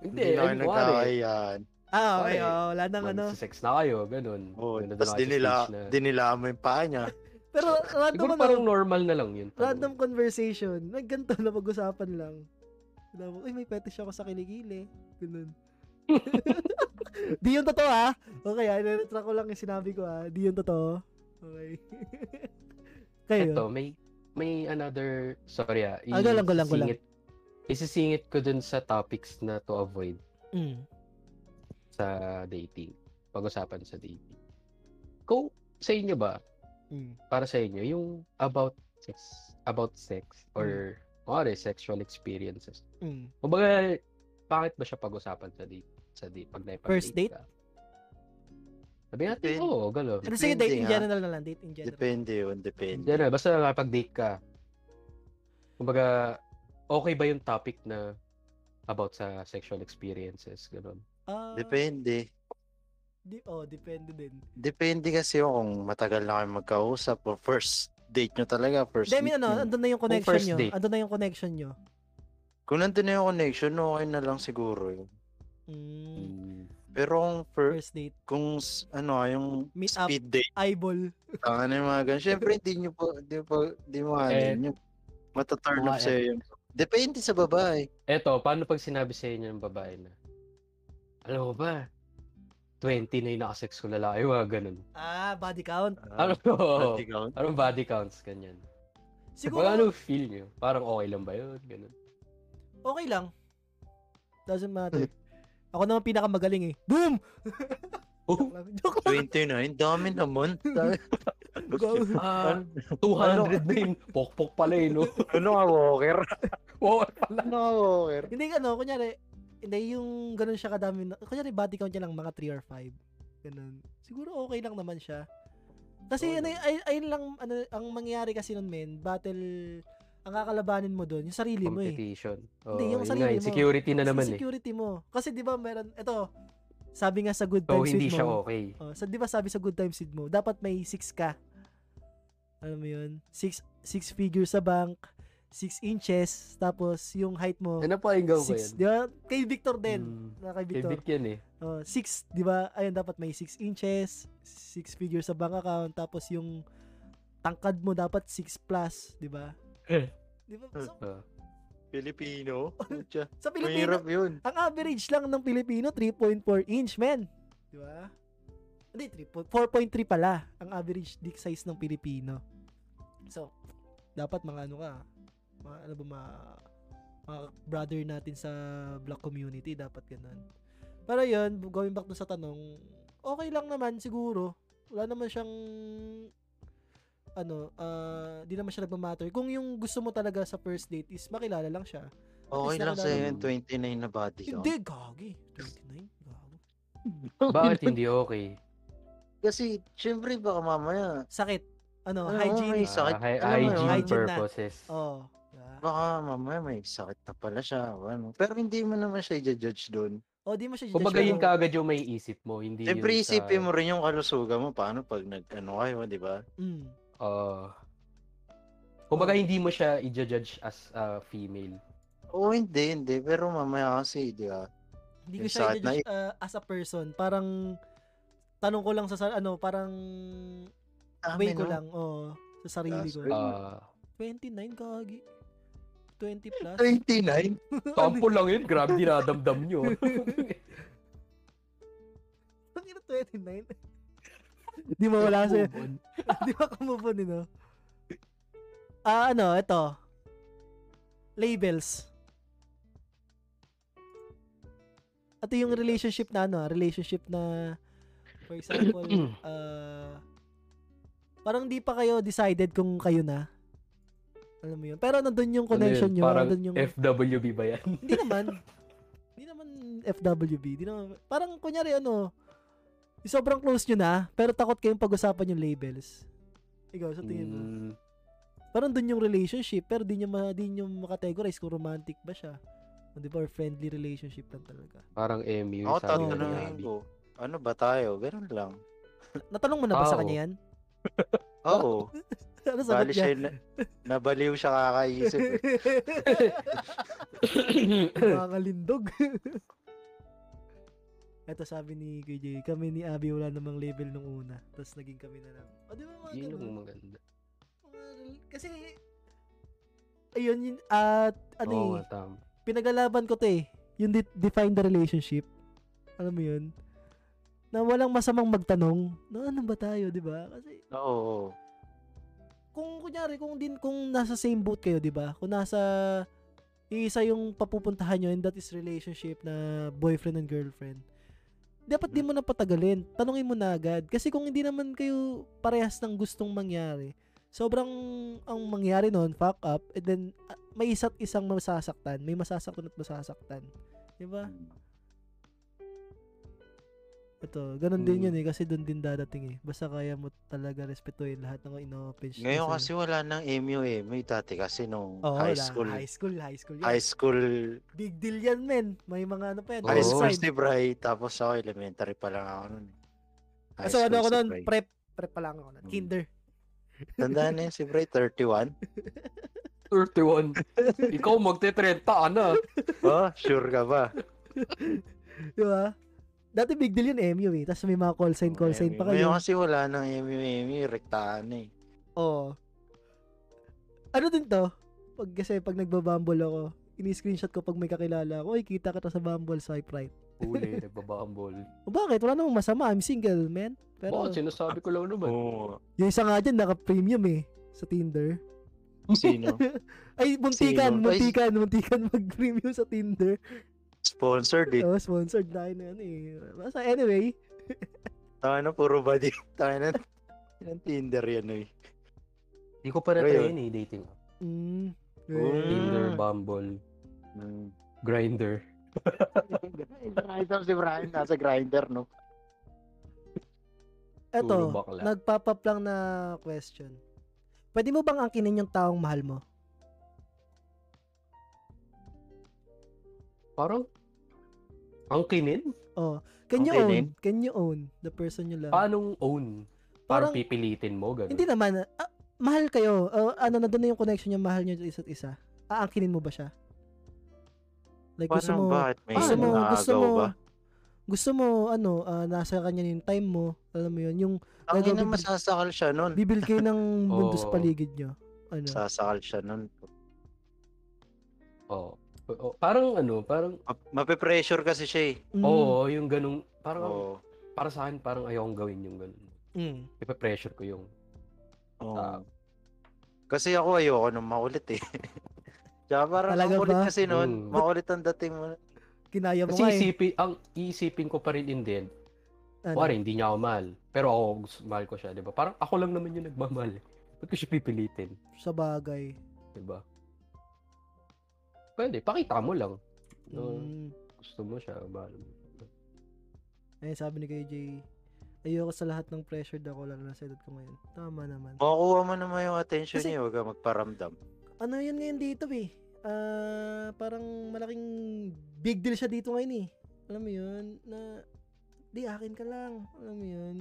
Hindi, Hindi na kayo ayun, kunwari, nagkakayaan. Ah, okay. Pare, Oh, wala nang ano. magsisex na kayo, ganun. Oo, Ganun tapos na kayo sa dinila, stage na- dinila mo yung paa niya. Pero random Siguro ano, parang normal na lang yun. Parang- random conversation. Nag ganito na pag-usapan lang. Wala mo, uy, may fetish ako sa kiligili. Ganun. Di yung totoo ha. Okay, ha? Inilitra ko lang yung sinabi ko ha. Di yung totoo. Okay. Ito, Kayo. may may another sorry ah. Ah, go lang, go lang, go lang. isisingit- Isisingit ko dun sa topics na to avoid Mm. sa dating. Pag-usapan sa dating. Kung sa inyo ba, Mm. para sa inyo, yung about sex, about sex Hmm. or kumari, sexual experiences. Mm. Kumbaga, bakit ba siya pag-usapan sa date? Sa date, pag naipag-date First date? ka? Sabi natin, Depende. oo, galo. Ano sige, date in ah. Depende, ha? general na lang. Date in general. Depende yun, depende. General, ano, basta nakapag-date ka. Kumbaga, okay ba yung topic na about sa sexual experiences? Ganun. Ah, Depende. Di- oh, depende din. Depende kasi yun kung matagal na kayo magkausap o first date nyo talaga, first Demi, meet ano, nyo. andun na yung Kung connection first nyo. date. Andun na yung connection nyo. Kung nandun na yung connection, okay na lang siguro yun. Mm. Hmm. Pero kung first, First date. kung s- ano, yung Meet up. speed date, Eyeball. ang ano yung mga ganun, syempre hindi nyo po, hindi po, hindi mo ano Eh, yun. Mataturn mga off sa'yo yun. Depende sa babae. Eto, paano pag sinabi sa inyo ng babae na, alam mo ba, 20 na yung nakasex ko lalaki, mga ganun. Ah, body count. Ano Ah, to? dati ka- Anong body counts, ganyan. Siguro, Mga ano feel nyo? Parang okay lang ba yun? Ganun. okay lang. Doesn't Hmm. matter. Ako naman pinakamagaling eh. Boom! Oh, Joke lang. 29, dami naman. Go. ah, Ano? 200 na yun. Pokpok pala yun, no? ano ka, walker? Wow, pala. Ano ka, walker? Hindi, ano, kunyari, hindi yung ganun siya kadami. Na, kunyari, body count niya lang mga 3 or 5. Ganun. Siguro okay lang naman siya. Kasi Oo ano, ay, ayun lang, ano, ang mangyayari kasi nun, men, battle, ang kakalabanin mo dun, yung sarili mo eh. Competition. Oo, Hindi, yung yun sarili nga, mo. insecurity na naman eh. security mo. Kasi di ba meron, eto, sabi nga sa good So, times hindi with siya mo, okay. Oh, sa 'di ba sabi sa good times seed mo, dapat may 6 ka. Alam mo 'yun? 6 six figures sa bank, 6 inches, tapos yung height mo Ano pa hanggang ko yan? 6, 'di ba? Kay Victor Oh. din, Mm, na kay Victor. Kibig yan eh. Oh, 6, 'di ba? Ayun dapat may 6 inches, 6 figures sa bank account, tapos yung tangkad mo dapat 6 plus, 'di ba? Eh. 'Di ba? So, Ah. Filipino? Ano? Putya, sa Pilipinas, Mahirap yun. ang average lang ng Pilipino 3.4 inch, men. 'Di ba? Hindi 3.4 4.3 pala ang average dick size ng Pilipino. So, dapat mga ano ka, mga ano ba mga, mga brother natin sa black community dapat ganun. Pero yun, going back dun sa tanong, okay lang naman siguro. Wala naman siyang ano, ah, di naman siya nagmamatter. Kung yung gusto mo talaga sa first date is makilala lang siya. Okay lang sa'yo yung Mm. 29 na body count. Hindi, gagi. 29, gago. Bakit hindi Oh. okay? Kasi, syempre, baka mamaya, Sakit. Ano, Ano, hygiene. may sakit. Ah, hy- Alam mo yun, hygiene hygiene na. purposes. Oo. Diba? baka mamaya may sakit na pala siya. o Ano. Pero hindi mo naman siya i-judge doon. O, Oh, di mo siya Kumbaga judge, yun pero- kaagad yung may isip mo, hindi Siyempre, yun sa- isipin mo rin yung kalusugan mo. Paano pag nag-ano kayo, di ba? Mm. Oo. kumbaga Oh. hindi mo siya i-judge as a female. Oo, hindi, hindi. Pero mamaya kasi, di ba? Hindi ko Yung siya sakit na- i-judge uh, as a person. Parang, tanong ko lang sa, sa- ano, parang, Dami, way ko no? lang, oo, sa sarili Last ko. week. Ah, 29, kagi. 20 plus. 29? Ano? tampo lang yun, grabe dinadamdam nyo. Ang ina, 29. Di mo wala sa'yo. Di ba kumupon din, no? Ah, ano, ito. Labels. Ito yung Labels. relationship na ano, ah, relationship na for example, ah, parang di pa kayo decided kung kayo na. Alam mo yun. Pero nandun yung connection Ano yun, nyo. Parang nandun yung... Ano FWB ba yan? Hindi naman. Hindi naman FWB. Hindi naman. Parang kunyari ano, yung sobrang close nyo na, pero takot kayong pag-usapan yung labels. Ikaw, sa tingin mo. Mm, Parang dun yung relationship, pero di nyo, ma, di nyo makategorize kung romantic ba siya. O di ba, or friendly relationship lang talaga. parang MU. Ako, sabi nga ni tatanungin Abby. ko. Ano ba tayo? Ganun lang. Natanong mo na ba sa Oo. kanya yan? Oo. ano sagot Bali niya? siya, na- nabaliw siya kakaisip. eh. Nakakalindog. Ito sabi ni KJ, kami ni Abby wala namang label nung una. Tapos naging kami na lang. O di ba mga Yun ganun? yung maganda. Well, kasi ayun yun at ano Oo eh, nga, tama. pinaglalaban ko 'to eh, yung de- define the relationship. Alam mo 'yun? Na walang masamang magtanong, na ano ba tayo, 'di ba? Kasi Oo. oo. kung kunyari kung din kung nasa same boat kayo, 'di ba? Kung nasa isa yung papupuntahan nyo and that is relationship na boyfriend and girlfriend. Dapat di mo Hmm. na patagalin. Tanungin mo na agad. Kasi kung hindi naman kayo parehas ng gustong mangyari, sobrang ang mangyari noon, fuck up, and then ah, may isa't isang masasaktan. May masasaktan at masasaktan. 'Di ba? Hmm. Ito, ganun din Hmm. Mm. yun eh. Kasi doon din dadating eh. Basta kaya mo talaga respetuhin lahat ng ino-open siya Ngayon sa'yo. kasi wala nang MU, MU dati eh. kasi nung Oo, high wala. school. High school, high school. Yan. High school, Big deal yan, men. May mga ano pa yan. Oo. high school Pride. si Bray, tapos ako elementary pa lang ako nun. eh. High So ano school ako si nun, Bray. prep. Prep pa lang ako nun. Mm. Kinder. Tandaan na yun si Bray, 31. 31. Ikaw magte-30 ka na. Oh, sure ka ba? Di ba? Dati big deal yun, MU eh. Tapos may mga call sign, call Oo, sign MU. pa Ngayon kayo. kasi wala nang MU, MU, rektaan na eh. Oo. Ano din to? Pag, kasi pag nagbabumble ako, ini-screenshot ko pag may kakilala ako, ay kita kita sa Bumble swipe right. Huli, nagbabambol. O bakit? Wala namang masama. I'm single, man. Pero Bakit? Sinasabi ko lang naman. Oo. yung isa nga dyan, naka-premium eh. Sa Tinder. Sino? Ay, muntikan, Sino? Ay, si- muntikan, muntikan mag-premium sa Tinder. Sponsored eh. Oh, sponsored na yun, ano eh. Basta anyway, Tanga na, puro body. Tanga na. Yan ang Tinder yan eh. Hindi ko pa Ngayon. na-try yun eh, dating app. mm, Mm. Tinder, Bumble, Hmm. Grinder. Grinder si Brian, nasa grinder no? eto, Tulong bakla. nagpapap lang na question. Pwede mo bang angkinin yung taong mahal mo? Parang, ang kinin? Oh, can you Angkinin? own? Can you own the person you love? Paanong own? Parang- Parang, pipilitin mo, gano'n. Hindi naman, ah, mahal kayo. Oh, ano, nandun na yung connection yung mahal nyo sa isa't isa. Aangkinin mo ba siya? Like, gusto Paano mo, bakit may gusto mo, gusto nakagaw mo, ba? gusto mo, ano, ah, nasa kanya yung time mo, alam mo yun, yung Ang ina Nagagaw- masasakal siya nun. bibil kayo ng mundo sa Oo. paligid nyo. Ano? Masasakal siya nun. Oo. Oo, Parang ano, parang, Ma- Mape-pressure kasi siya eh. Mm, oo, yung ganong, parang, Oo. para sa akin, parang ayaw kong gawin yung ganun. mm. Ipa-pressure ko yung, Oo. Ah. Kasi ako ayoko nung makulit eh. Tsaka parang Talaga ang kulit ba? kasi nun, Mm. makulit ang dating mo. Kinaya mo kasi nga eh. isipin, ang iisipin ko pa rin in the end, Ano? Kuwari, hindi niya ako mahal. Pero ako, gusto, mahal ko siya, di ba? Parang ako lang naman yung nagmamahal. eh. Ba't ko siya pipilitin, Sa bagay. di ba? Pwede, pakita mo lang. No, Mm. Gusto mo siya, mahal mo. Eh, Ayun, sabi ni KJ, Ayoko sa lahat ng pressured ako lang nasa edad ko ngayon. Tama naman. Makukuha mo naman yung attention Kasi- niya, huwag ka magparamdam. Ano yun ngayon dito eh? Ah, parang malaking big deal siya dito ngayon eh. Alam mo yun? Na, di akin ka lang. Alam mo yun?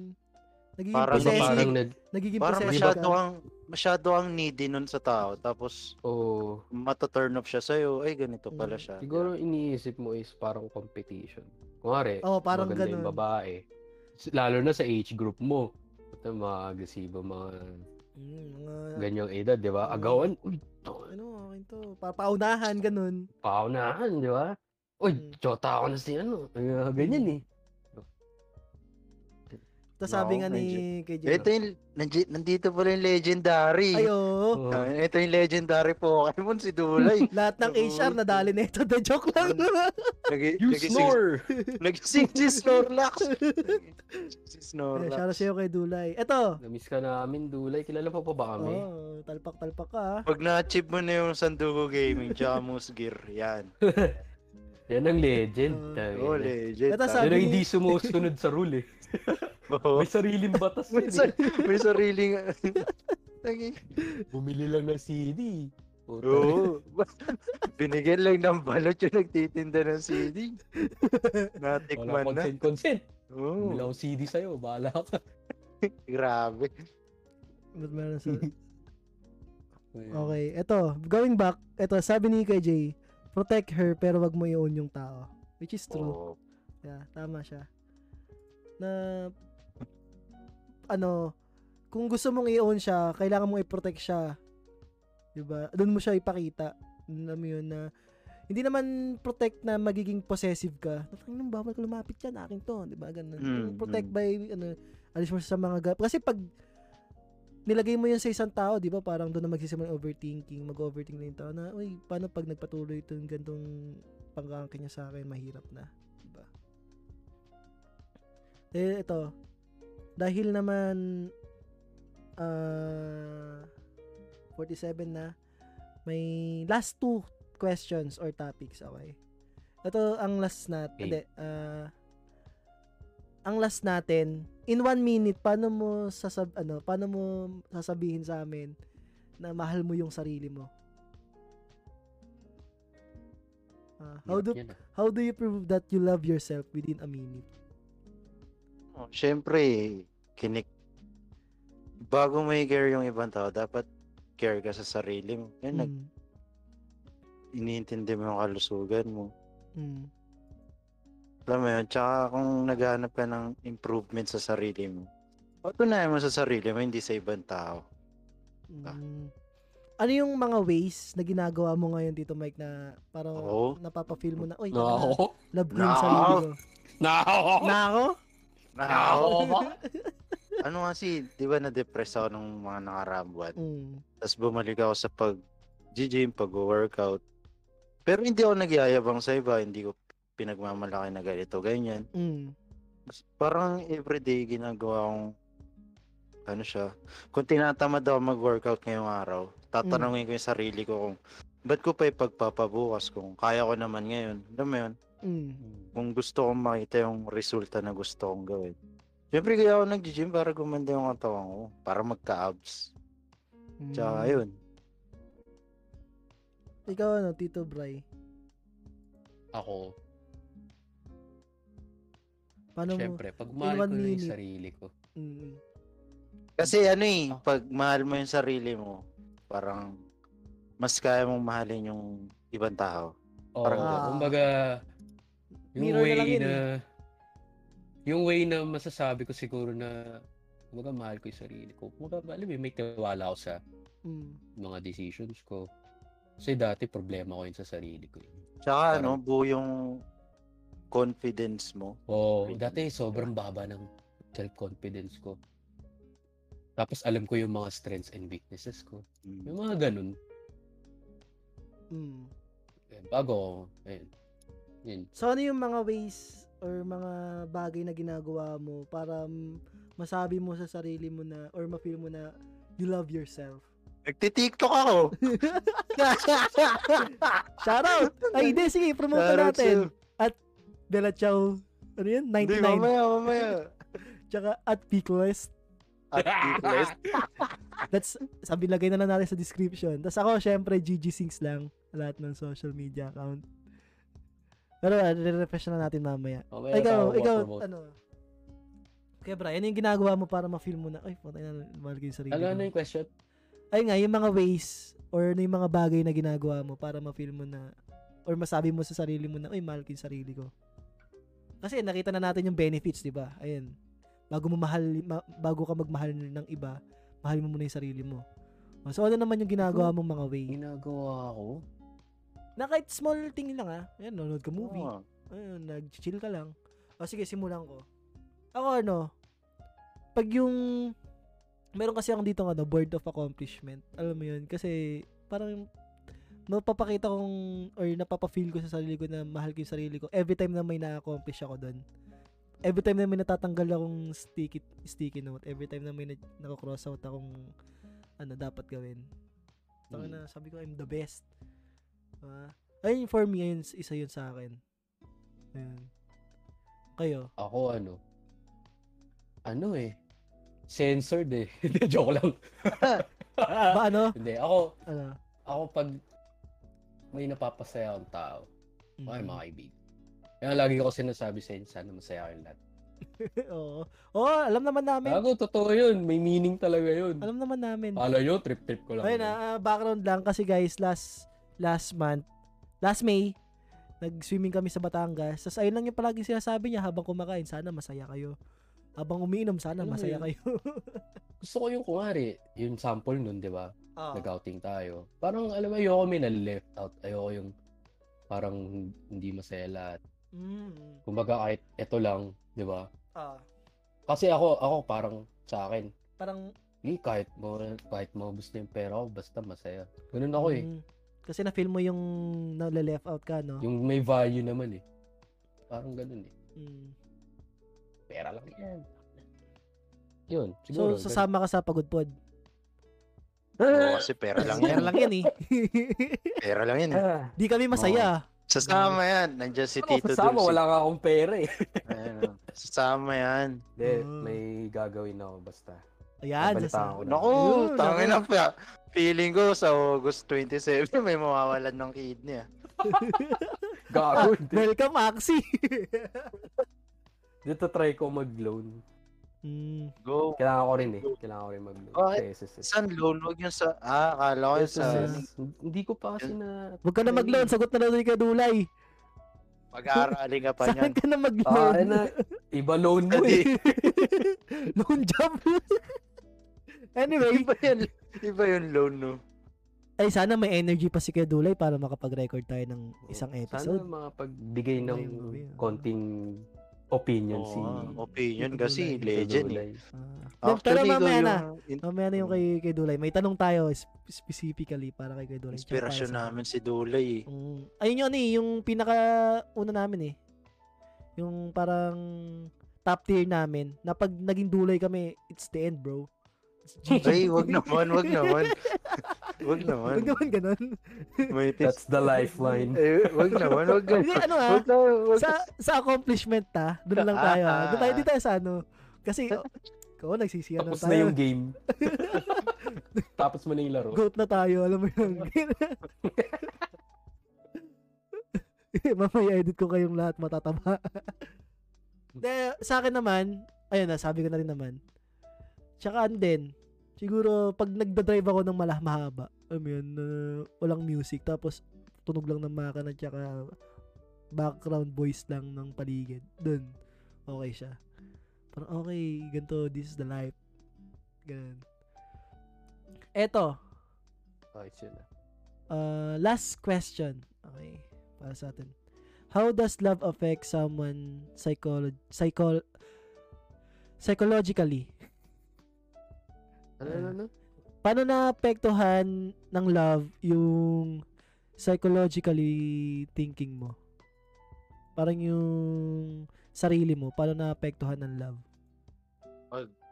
Nagiging Parang- Parang, possessive. parang nag... nagiging Parang possessive masyado ka. ang masyado ang needy nun sa tao tapos Oh, mata-turn off siya sa'yo, ay ganito pala Mm. siya. siguro iniisip mo is parang competition. eh. Kunwari, Oo, Oh, parang maganda ganun. yung babae. S- Lalo na sa age group mo. Ito, mga agasibo, mga Mm, mga, ganyang edad, di ba? Agawan, uy, to- ano, akin to. Pa- paunahan, ganun. paunahan, di ba? Uy, Mm. tsota ako na si ano. Mga Ganyan eh. Tapos sabi No, nga ni kay Jero. Ito yung, nandi- nandito pala yung legendary. Ayo. Oo. Ah, Ito yung legendary po. Ay mo si Dulay. Lahat ng Oo. HR nadali na ito. The joke lang. Nag- You snore! Nagising si Snorlax. si Eh, Snorlax. Shoutout sa'yo kay Dulay. Ito. Namiss ka namin, Dulay. Kilala pa pa ba kami? Oh, talpak-talpak ka. ah. Pag na-achieve mo na yung Sandugo Gaming, tsaka Moose Gear, yan. Yan ang legend. Oo. Tangina. Oh, legend. Ito Yan sabi- ang hindi sumusunod sa rule eh. Oo. May sariling batas may, yun eh. sar- may sariling... Tangi- Bumili lang ng CD. Puta. Oo. Binigyan lang ng balot yung nagtitinda ng CD. Wala Natikman na. consent, consent. Oh. Bumili Oo. akong CD sa'yo, bahala ka. Grabe. Ba't meron sa... Okay, ito. Going back, ito, sabi ni kay Jay, protect her pero wag mo i-own yung tao. Which is true. Oo. Yeah, tama siya. Na, ano, kung gusto mong i-own siya, kailangan mong i-protect siya. 'Di ba? Doon mo siya ipakita. Alam mo yun na, hindi naman protect na magiging possessive ka. Tatang nang bawal ka lumapit yan, akin to. 'Di ba? Ganun. Mm, Yung protect mm. by, ano, alis mo siya sa mga gap. Kasi pag nilagay mo yun sa isang tao, di ba? Parang doon na magsisimula ng overthinking, mag-overthink na yung tao na, uy, paano pag nagpatuloy itong gantong pangkakangkin niya sa akin, mahirap na. Di ba? Eh, ito. Dahil naman, ah, 47 na, may last two questions or topics, okay? Ito ang last natin. Okay. Hindi, ah, ang last natin, in one minute, paano mo sasab ano, paano mo sasabihin sa amin na mahal mo yung sarili mo? Ah, how do Yan, yan ah. how do you prove that you love yourself within a minute? Oh, Siyempre, kinik... Bago mo i-care yung ibang tao, dapat care ka sa sarili mo. Yan, nag- Mm, iniintindi mo yung kalusugan mo. mm, Alam mo yun, tsaka kung naghahanap ka ng improvement sa sarili mo, patunayan mo sa sarili mo, hindi sa ibang tao. Ah. mm. Ano yung mga ways na ginagawa mo ngayon dito, Mike, na parang Ako? napapafeel mo na, uy, tama na, Nako. love ko yung Nako. sarili ko. Nako. Nako? Nako. ano kasi, di ba na-depress ako nung mga nakaraang buwan? Mm. Tapos bumalik ako sa pag gym, pag-workout. Pero hindi ako nagyayabang sa iba, hindi ko pinagmamalaki na ganito, ganyan. Mm. Mas parang everyday ginagawa kong ano siya. Kung tinatamad ako mag-workout ngayong araw, tatanungin ko yung sarili ko kung ba't ko pa ipagpapabukas kung kaya ko naman ngayon. Alam mo yun? Mm. Kung gusto kong makita yung resulta na gusto kong gawin. Siyempre kaya ako nag-gym para gumanda yung katawan ko. Para magka-abs. Tsaka Mm. yun. Ikaw ano, Tito Bray? Ako, Paano syempre, pag in mahal one ko na yung minute. sarili ko. mo? Mm. Kasi ano eh, pag mahal mo yung sarili mo, parang mas kaya mong mahalin yung ibang tao. Oo, Parang ganun. kumbaga, yung Mirror na way lang yun eh. na, yung way na masasabi ko siguro na, kumbaga, mahal ko yung sarili ko. Kumbaga, alam mo, yun, may tiwala ako sa Mm. mga decisions ko. Kasi dati, problema ko yun sa sarili ko. eh. Tsaka ano, Parang- buo yung confidence mo. Oo, Oh, Really? dati sobrang baba ng self-confidence ko. Tapos alam ko yung mga strengths and weaknesses ko. Yung mga ganun. Mm. Eh, Bago, ayun. Yun. So ano yung mga ways or mga bagay na ginagawa mo para mm, masabi mo sa sarili mo na or ma-feel mo na you love yourself? Nagtitiktok ako. Shoutout! Ay, hindi, sige, promote na Shoutout natin. Bella Chow, ano yun? Hindi, 99. mamaya, mamaya. Tsaka at Peakless. At least, That's, sabi, lagay na lang natin sa description. Tapos ako, syempre, GG Sings lang. Lahat ng social media account. Pero, uh, refresh na natin mamaya. Okay, Ay, ikaw, tama, ikaw, promote. ano? Kaya Brian, ano yung ginagawa mo para ma-feel mo na, ay, patay na, mahal ko yung sarili Ano, ko. ano yung question? Ay nga, yung mga ways or ano yung mga bagay na ginagawa mo para ma-feel mo na, or masabi mo sa sarili mo na, ay, mahal ko yung sarili ko. Kasi nakita na natin yung benefits, di ba? Ayun. Bago mo mahal, ma- bago ka magmahal ng iba, mahal mo muna yung sarili mo. So, ano naman yung ginagawa mong mga way? Ginagawa ko? Na kahit small thing lang ah. Ayan, nanonood ka movie. Oo. Ayun, nag-chill ka lang. O sige, simulan ko. Ako ano, pag yung, meron kasi akong dito ano, board of accomplishment. Alam mo yun, kasi parang napapakita kong, or napapafeel ko sa sarili ko na mahal ko yung sarili ko every time na may na-accomplish ako doon. Every time na may natatanggal akong sticky, sticky note, every time na may na- nakakross out akong ano dapat gawin. Taka na, sabi ko, I'm the best. Ah, ayun, for me, ayun, isa yun sa akin. Ayun. Kayo? Ako ano? Ano eh? Censored eh. Hindi, joke lang. Ba ano? Hindi, ako, Ano? ako pag may napapasaya akong tao, Mm. ay mga kaibigan. Kaya lagi ko sinasabi sa inyo, sana masaya kayong lahat. Oo. Oo, alam naman namin. Bago, totoo yun. May meaning talaga yun. Alam naman namin. Alam nyo, trip-trip ko lang. Ayun, yun. ah, background lang kasi guys, last last month, last May, nag-swimming kami sa Batangas. Tapos ayun lang yung palagi sinasabi niya habang kumakain, sana masaya kayo. Habang umiinom, sana Alam mo masaya yun. kayo. Gusto ko yung kumari, yung sample nun, di ba? Oo. Nag-outing tayo. Parang, alam mo, ayoko may na-left out. Ayoko yung parang hindi masaya lahat. Mm. Kumbaga, kahit ito lang, di ba? Ah, Kasi ako, ako parang sa akin, parang eh, kahit mo, kahit maubos na yung pera ko, basta masaya. Ganun ako eh. Mm, kasi na feel mo yung na-left out ka, no? Yung may value naman eh. Parang ganun eh. Mm. Pera lang yan. Yun, So, siguro. ganun. Ano sasama ka sa pagod pod. Oo, kasi pera lang Pera yan. lang yan eh. Pera lang yan. eh. Ah, Di kami masaya. Sasama yan. Nandiyan si ano, Tito sasama, Dulce. wala ka akong pera eh. Ayan, oh. Sasama yan. Hindi, Ah. may gagawin ako basta. Ayan, Nabalitaan sasama. ko na. Naku, Yun, tangin na naku. pa. Feeling ko sa August 27, may mawawalan ng kidney. ah. Gago, hindi. Welcome, Axie! Dito try ko mag-loan. mm, Go. Kailangan ko rin eh. Kailangan ko rin mag-loan. eh. Bakit? Sa SSS. San loan? Huwag yung sa... Ah, akala ko yung sa... SSS. eh. Hindi ko pa kasi na... huwag ka na mag-loan, sagot na lang ni Kadulay. Pag-aaralin ka pa Saan niyan. ka na Ah, mag-loan? ayun na. Iba loan mo eh. Loan job. anyway, Iba yun. Iba yung loan, no? ay sana may energy pa si Kadulay para makapag-record tayo ng isang episode. Sana makapagbigay ng Ayun, grabe, ah. konting opinion si... Oo, ah. opinion si kasi Dulay. legend eh. Ah. pero Actually, mamaya na. ikaw yung Mamaya na yung kay, kay Dulay. May tanong tayo sp- specifically para kay, kay Dulay. tsaka para inspirasyon sa- namin si Dulay. eh. Mm. Ayun yun eh, yung pinaka una namin eh. Yung parang top tier namin na pag naging Dulay kami, it's the end bro. It's GG. Ay, wag naman, wag naman. wag naman. Huwag naman ganun. May tis- That's the lifeline. Eh, wag naman, wag Hindi, naman. ano ah, Wag na, wag sa, sa accomplishment ta, doon lang tayo ah. Doon tayo, di tayo sa ano. Kasi, oh, ko nagsisiyan na Tapos Ano tayo. na yung game. Tapos mo na yung laro. Goat na tayo, alam mo yun. Eh, Mamaya edit ko kayong lahat matatama. De, sa akin naman, ayun na, sabi ko na rin naman. Tsaka and then, siguro pag nagda-drive ako ng malah mahaba, alam mo yun, na walang music, tapos tunog lang ng makina tsaka background voice lang ng paligid. Doon, okay siya. Parang okay, ganito, this is the life. Ganun. Eto, Ay, yun na. Uh, last question. Okay, para sa atin. How does love affect someone psycholo- psychol psychologically? Ano, ano, ano? Paano naapektuhan ng love yung psychologically thinking mo? Parang yung sarili mo, paano naapektuhan ng love?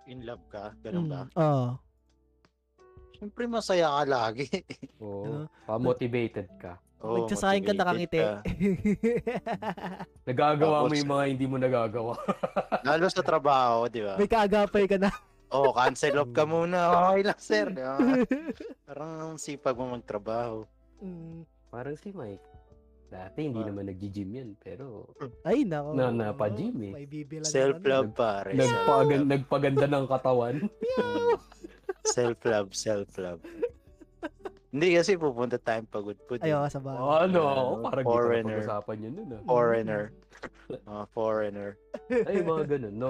In love ka, ganun ba? Mm, oo. Siyempre masaya ka lagi. Ano? Oo. Pa-motivated ka. Oo, Nagsasayang ka, motivated nakangiti. ka. Nagagawa mo Tapos- yung mga hindi mo nagagawa. Lalo sa trabaho, di ba? May kaagapay ka na. Oo, oh, cancel off ka muna. Okay lang, sir. Di ba? Parang ang sipag mo magtrabaho. Mm. Parang si Mike. Dati hindi Ah. naman nagji-gym yan, pero Ay, nako. Na- napa-gym eh. May bibilan naman. Self-love, pare. nagpagan, nagpaganda ng katawan. Mm. Self-love, self-love. Hindi kasi pupunta tayong pagod po. di Ay, oo, ba? sa bahay. Oh, ano, Ah, parang foreigner. hindi pa usapan yun nun. ah. Foreigner. Mga foreigner. Ay, mga ganun, no?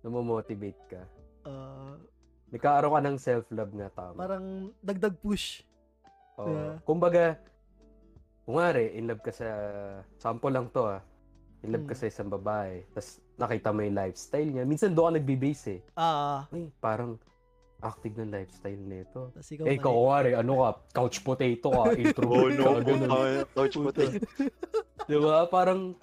Namomotivate ka. Ah, Nagkaroon ka ng self-love nga tama. parang dagdag push. Oo. Yeah. Kumbaga, kunwari, in love ka sa, sample lang to ah, in love ka Mm. sa isang babae, tapos nakita mo yung lifestyle niya. Minsan doon ka nagbe-base eh. Ah, Ay, parang active ng lifestyle nito. tas ikaw eh, ikaw mali. kunwari, ano ka, couch potato ka, Oh, introvert ka, ganun. eh. Coach po Puta. diba? Parang,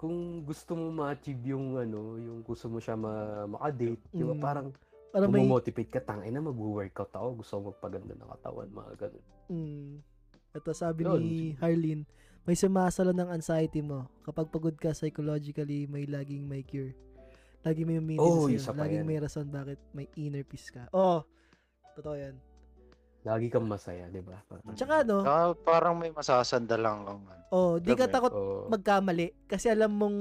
kung gusto mo ma-achieve yung ano, yung gusto mo siya ma maka-date, di ba? Mm. Parang Parang may... Mamomotivate ka, tangay na mag-workout ako, gusto ko magpaganda ng katawan, mga ganun. Mm. Ito sabi Yun. ni Harleen, may sumasalo ng anxiety mo. Kapag pagod ka psychologically, may laging may cure. Lagi may meaning Oh, sa'yo. isa pa Laging yan. may rason bakit may inner peace ka. Oo. Totoo yan. Lagi kang masaya, di ba? Parang, Tsaka ano, Ah, parang may masasanda lang kang ano. oh, di ka Grabe. takot oh, magkamali kasi alam mong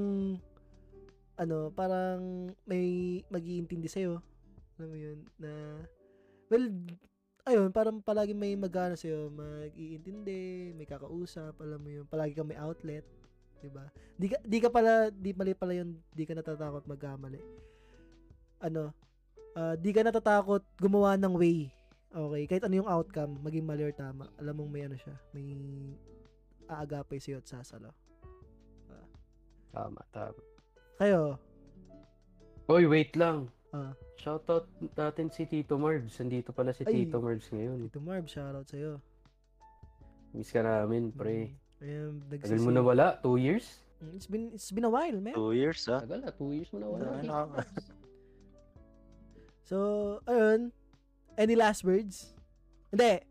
ano, parang may magiintindi sa'yo. Alam mo yun, na well, ayun, parang palagi may magana sa'yo, mag-iintindi, may kakausap, alam mo yun, palagi kang may outlet, 'di ba? Di ka di ka pala di mali pala yun, di ka natatakot magkamali. Ano? ah, di ka natatakot gumawa ng way. Okay, kahit ano yung outcome, maging mali or tama, alam mong may ano siya, may aagapay sa'yo at sasalo. tama, tama. Kayo, Oy, wait lang. Ah. Shoutout natin si Tito Marbs. Nandito pala si Ay. Tito Marbs ngayon. Tito Marv, shoutout sa'yo. Miss ka namin, pre. Mm. Ayun, nagsisi- Tagal mo na wala? Two years? Mm, It's been, it's been a while, man. Two years, ah. Tagal na, two years mo na wala. eh. Wala Tito na. Marbs. So, ayun. Any last words? Hindi.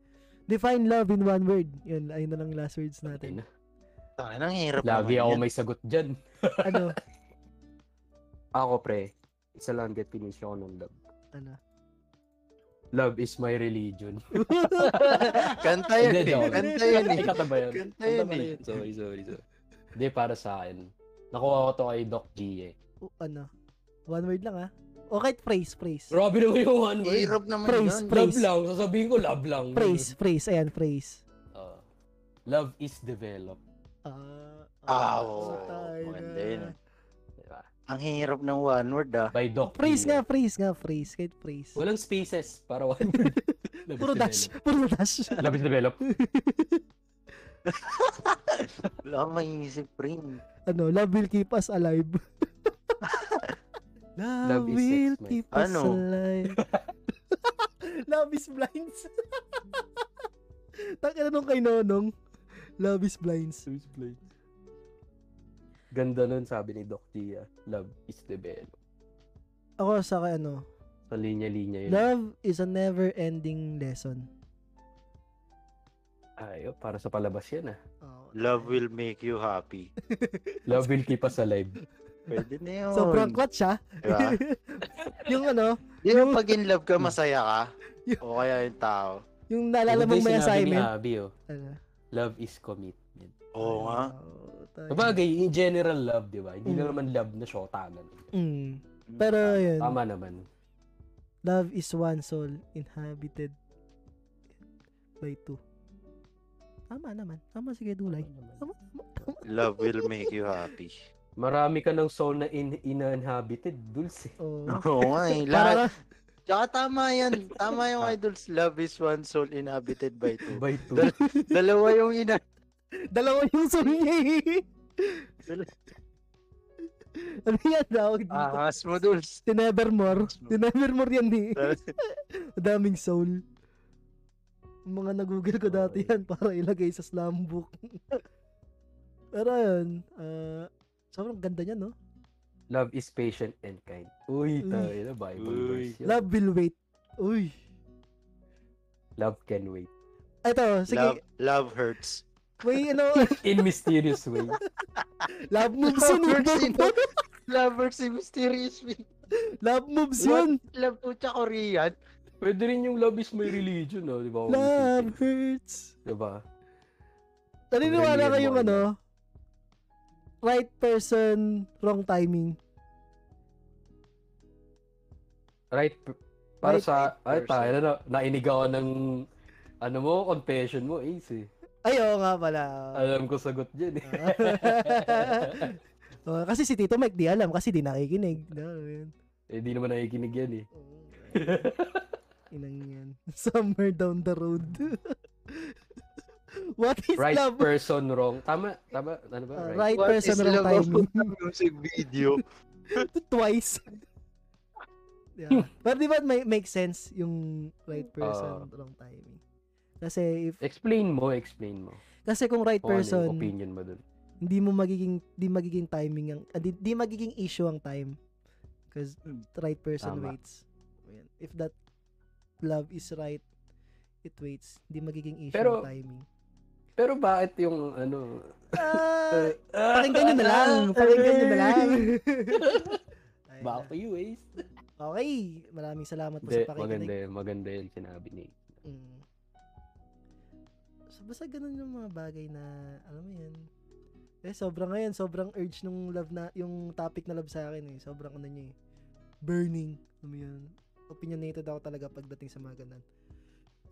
Define love in one word. Yun, ayun na lang last words Patay natin. na. Tangin, ang hirap Lagi naman ako yan. may sagot dyan. ano? Ako, pre. Isa lang definition ko ng love. Ano? Love is my religion. Kanta yun, Hindi, eh. joke. Kanta yun, eh. Ay, kanta ba yun? Kanta Kanta yun, ba eh. Sorry, sorry, sorry. Hindi, para sa akin. Nakuha ko to kay Doc G eh. O, ano? One word lang, ha? O kahit phrase, phrase. Grabe naman yung one word. Hirap naman Praise, yun. Love praise. lang. Sasabihin ko love lang. Phrase, phrase. Ayan, phrase. Oo. Uh, love is developed. Ah, Ah, oo. tayo Maganda na. yun, ah. Diba? Ang hirap ng one word, ah. By Doc Phrase G. nga, phrase nga, phrase. Kahit phrase. Walang spaces para one word. Love is Puro dash. Puro dash. developed. Love is developed. Wala akong maisip, rin. ano, love will keep us alive. love, Love is will sex, mate. keep Ano? us alive. love is blinds. Takina nung kay Nonong. Love is blinds. Ganda nun sabi ni Doc G ah. Love is developed. Ako sa kay ano, Sa linya-linya yun. love is a never-ending lesson. Ayo, Ah, para sa palabas yan ah. Oh, Love will make you happy. Love will keep us alive. Pwede na yun. Sobrang kwat siya. Diba? yung ano, Yun yung pag in love Hmm. ka, masaya ka. Yung- O kaya yung tao. yung naalala Maganda mong may yung sinabi ni assignment. Abby, oh. Ano? Love is commitment. Oo nga. Oh, tayo. Sabagay, in general love, di ba? Mm. Hindi na naman love na shota na. Mm. Pero yun, Tama naman. love is one soul inhabited by two. Tama naman. Tama sige, Dulay. Tama naman. Tama, tama, tama. Love will make you happy. Marami ka ng soul na in inhabited, Dulce. Oo. Oo nga eh. Oh. Lahat. Para, Tsaka tama yan. Tama yung idols. Love is one soul inhabited by two. By two. Dal- Dalawa yung ina. dalawa yung soul niya eh. Dal- Ano yan tawag dito? Ahas mo, Duls. Tinevermore. Tinevermore yan eh. Dal- Daming soul. Mga nag-google ko dati yan para ilagay sa slam book. Pero yun, ah, sobrang ganda niya, no? Love is patient and kind. Uy, Uy. tayo na Bible Uy. verse. Yun. Love, Love will wait. Uy. can wait. Ito, sige. Love, love hurts. May ano, In mysterious way. love moves yun. Lovers eh, in- bro. Lover si Mysterious Me. Love moves yun. Love po siya Korean. Pwede rin yung love is my religion, no? Di ba? Kung Love isipin. hurts. Di ba? Naniniwala Ang kayong ganyan ano? Right person, wrong timing. Right. per- Para Right sa, ay, person. tayo na, nainig ako ng, ano mo, confession mo, Ace eh. Ay, oo nga pala. Alam ko sagot dyan eh. Oh, kasi si Tito Mike di alam kasi di nakikinig. No, yun. eh, di naman nakikinig yan eh. Inang yan. Somewhere down the road. What is Right love? person, wrong. Tama, tama, ano ba? Ah, Right. right person, wrong timing. music video? Twice. Hmm. yeah. Pero di ba may make sense yung right Ah. person, wrong timing? Kasi if Explain mo, explain mo. kasi kung right Kung ano person, yung opinion mo dun. hindi mo magiging di magiging timing ang ah, di, di magiging issue ang time because right person Hmm. Tama. waits Ayan. if that love is right it waits di magiging issue Pero- ang timing Pero bakit yung, ano, Ah, uh, uh, pakinggan nyo na lang pakinggan nyo na lang Ayun Back na. to you, Ace. okay maraming salamat po Hindi, sa maganda pakikinig yun. Maganda yun sinabi ni. Mm. So, basta ganun yung mga bagay na, alam mo yun. Eh, sobrang ngayon, sobrang urge nung love na, yung topic na love sa akin eh. Sobrang ano niya eh. Burning. Alam mo yun. Opinionated ako talaga pagdating sa mga ganun.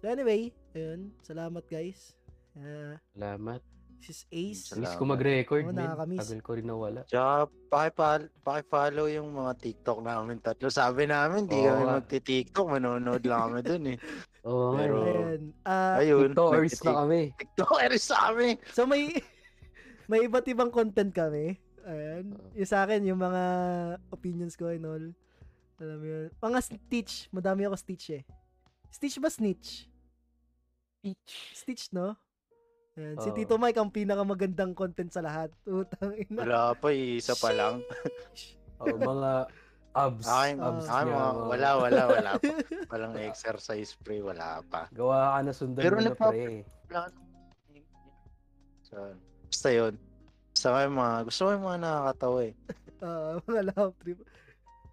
So anyway, ayun. Salamat guys. Ah, Salamat. this is Ace. Salamat. Miss ko mag-record, Oo, din. nakakamiss. Tagal ko rin nawala. Tsaka pakipal- pakipollow yung mga TikTok namin tatlo. Sabi namin, di Oo kami nga. magti-TikTok. Manonood lang kami dun eh. Oo, nga, Pero- Ayun. Ah, Ayun. Tiktokers na nagti-tik- kami. TikTokers sa amin. so may, may iba't ibang content kami. Ayan. Ah. Yung sa akin, yung mga opinions ko and all. Alam mo yun. Mga Stitch. Madami ako Stitch eh. Stitch ba snitch? Peach. Stitch, no? Ayan. Si Oo. Tito Mike ang pinakamagandang content sa lahat. Utang ina. Wala pa eh, isa pa lang. Oh, mga abs. Akin, Ah. abs akin niya, mga, mga- wala, wala, wala pa. Walang exercise pre, wala pa. Gawa ka na sundan Pero ano mo na napap- pre. Wala ka- So, basta yun. Gusto ko yung mga, gusto ko yung mga nakakatawa eh. Ah, mga love trip.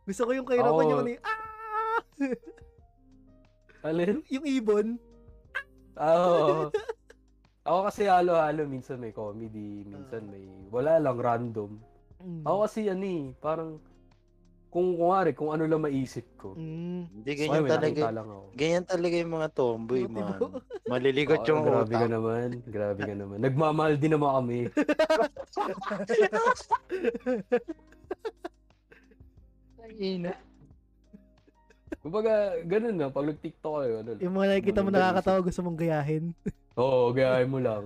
Gusto ko yung kahirapan Oo. yung ano yung, ah! Alin? yung ibon. Oo. Ako kasi halo-halo, minsan may comedy, minsan may, wala lang, random. Mm. Ako kasi ano eh, parang, kung kunwari, kung ano lang maisip ko. Mm. Hindi Okay, ganyan may talaga. nakita lang ako. Ganyan talaga yung mga tomboy, Motibo. man. Maliligot Oo, yung grabe ka utak. naman, grabe ka naman. Nagmamahal din naman kami. Ang ina. Kumbaga, ganun na, pag nag-tiktok kayo, ano lang. yung mga nakikita mo Maganda yun. nakakatawa gusto mong gayahin. Oo, gayahin mo lang.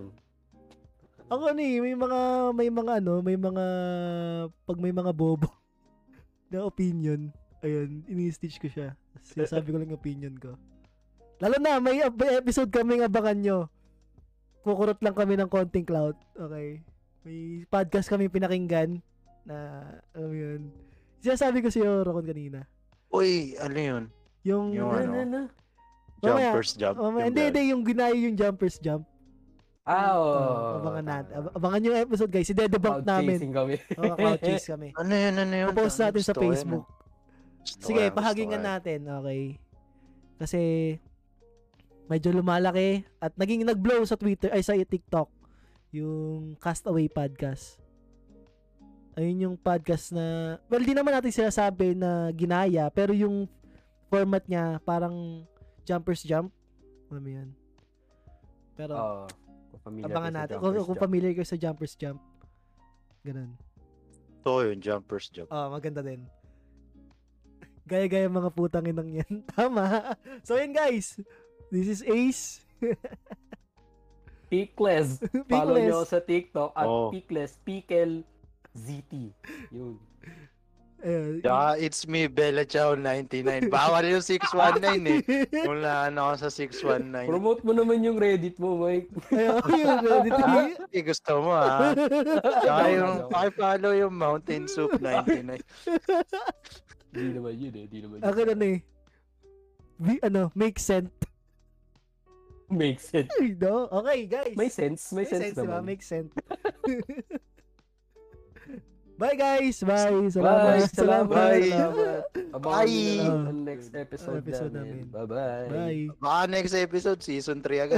Ako ano eh, may mga, may mga ano, may mga, pag may mga bobo na opinion, ayun, ini-stitch ko siya. Sinasabi ko lang yung opinion ko. Lalo na, may ab- episode kaming abangan nyo. Kukurot lang kami ng konting clout. Okay. May podcast kami pinakinggan na, alam mo yun. Sinasabi ko sa'yo, Rokon, kanina. Uy, ano yun? Yung, Yung Na, ano? na, na. Mamaya. Jumpers jump. Oh, yung hindi, ganun. hindi, yung ginayo yung jumpers jump. Ah, oo. Oh, abangan natin. Ab- abangan yung episode, guys. Idedebunk namin. Crowd-chasing kami. Oh, cloud chase kami. Ano yun, ano yun? Popost natin sa Gusto ko yan, Facebook. ah. Gusto ko Sige, yan, gusto pahagingan ko eh. yan. natin, okay? Kasi medyo lumalaki at naging nag-blow sa Twitter ay sa TikTok yung Castaway podcast. Ayun yung podcast na well di naman natin sinasabi na ginaya pero yung format niya parang jumpers jump. Ano mo yun? Pero Oo. Kung Oh, familiar Oh. abangan kayo natin sa kung, Jumpers kung Jump. familiar kayo sa jumpers jump. Ganun. Gusto ko yun, jumpers jump. Ah, maganda din. Gaya-gaya mga putang inang yan. Tama. So, yun guys. This is Ace. Peakless. Follow nyo ako Pickles. sa TikTok at Oo. Peakless. Pickle ZT. Yun. Ayan. Ah, it's me, Bella Chow 99. Bawal yung 619 eh. Mula na ako sa 619. Promote mo naman yung Reddit mo, Mike. Ayan, yun. Ready to be. Eh, gusto mo ha? Tsaka Joke, yung, joke. pakipollow yung Mountain Soup 99. Di naman yun eh. Di naman yun. Akin ano eh. Be, ano, make sense. Makes sense. Ay, no? Okay, guys. May sense. May, di sense, ba? naman. Makes sense. Bye, guys. Bye. Bye. Salamat. Salamat. Bye. Salamat. Abangan Bye. nyo na lang Ah, ang next episode, episode namin. namin. Bye-bye. Bye. Baka next episode, season 3 agad.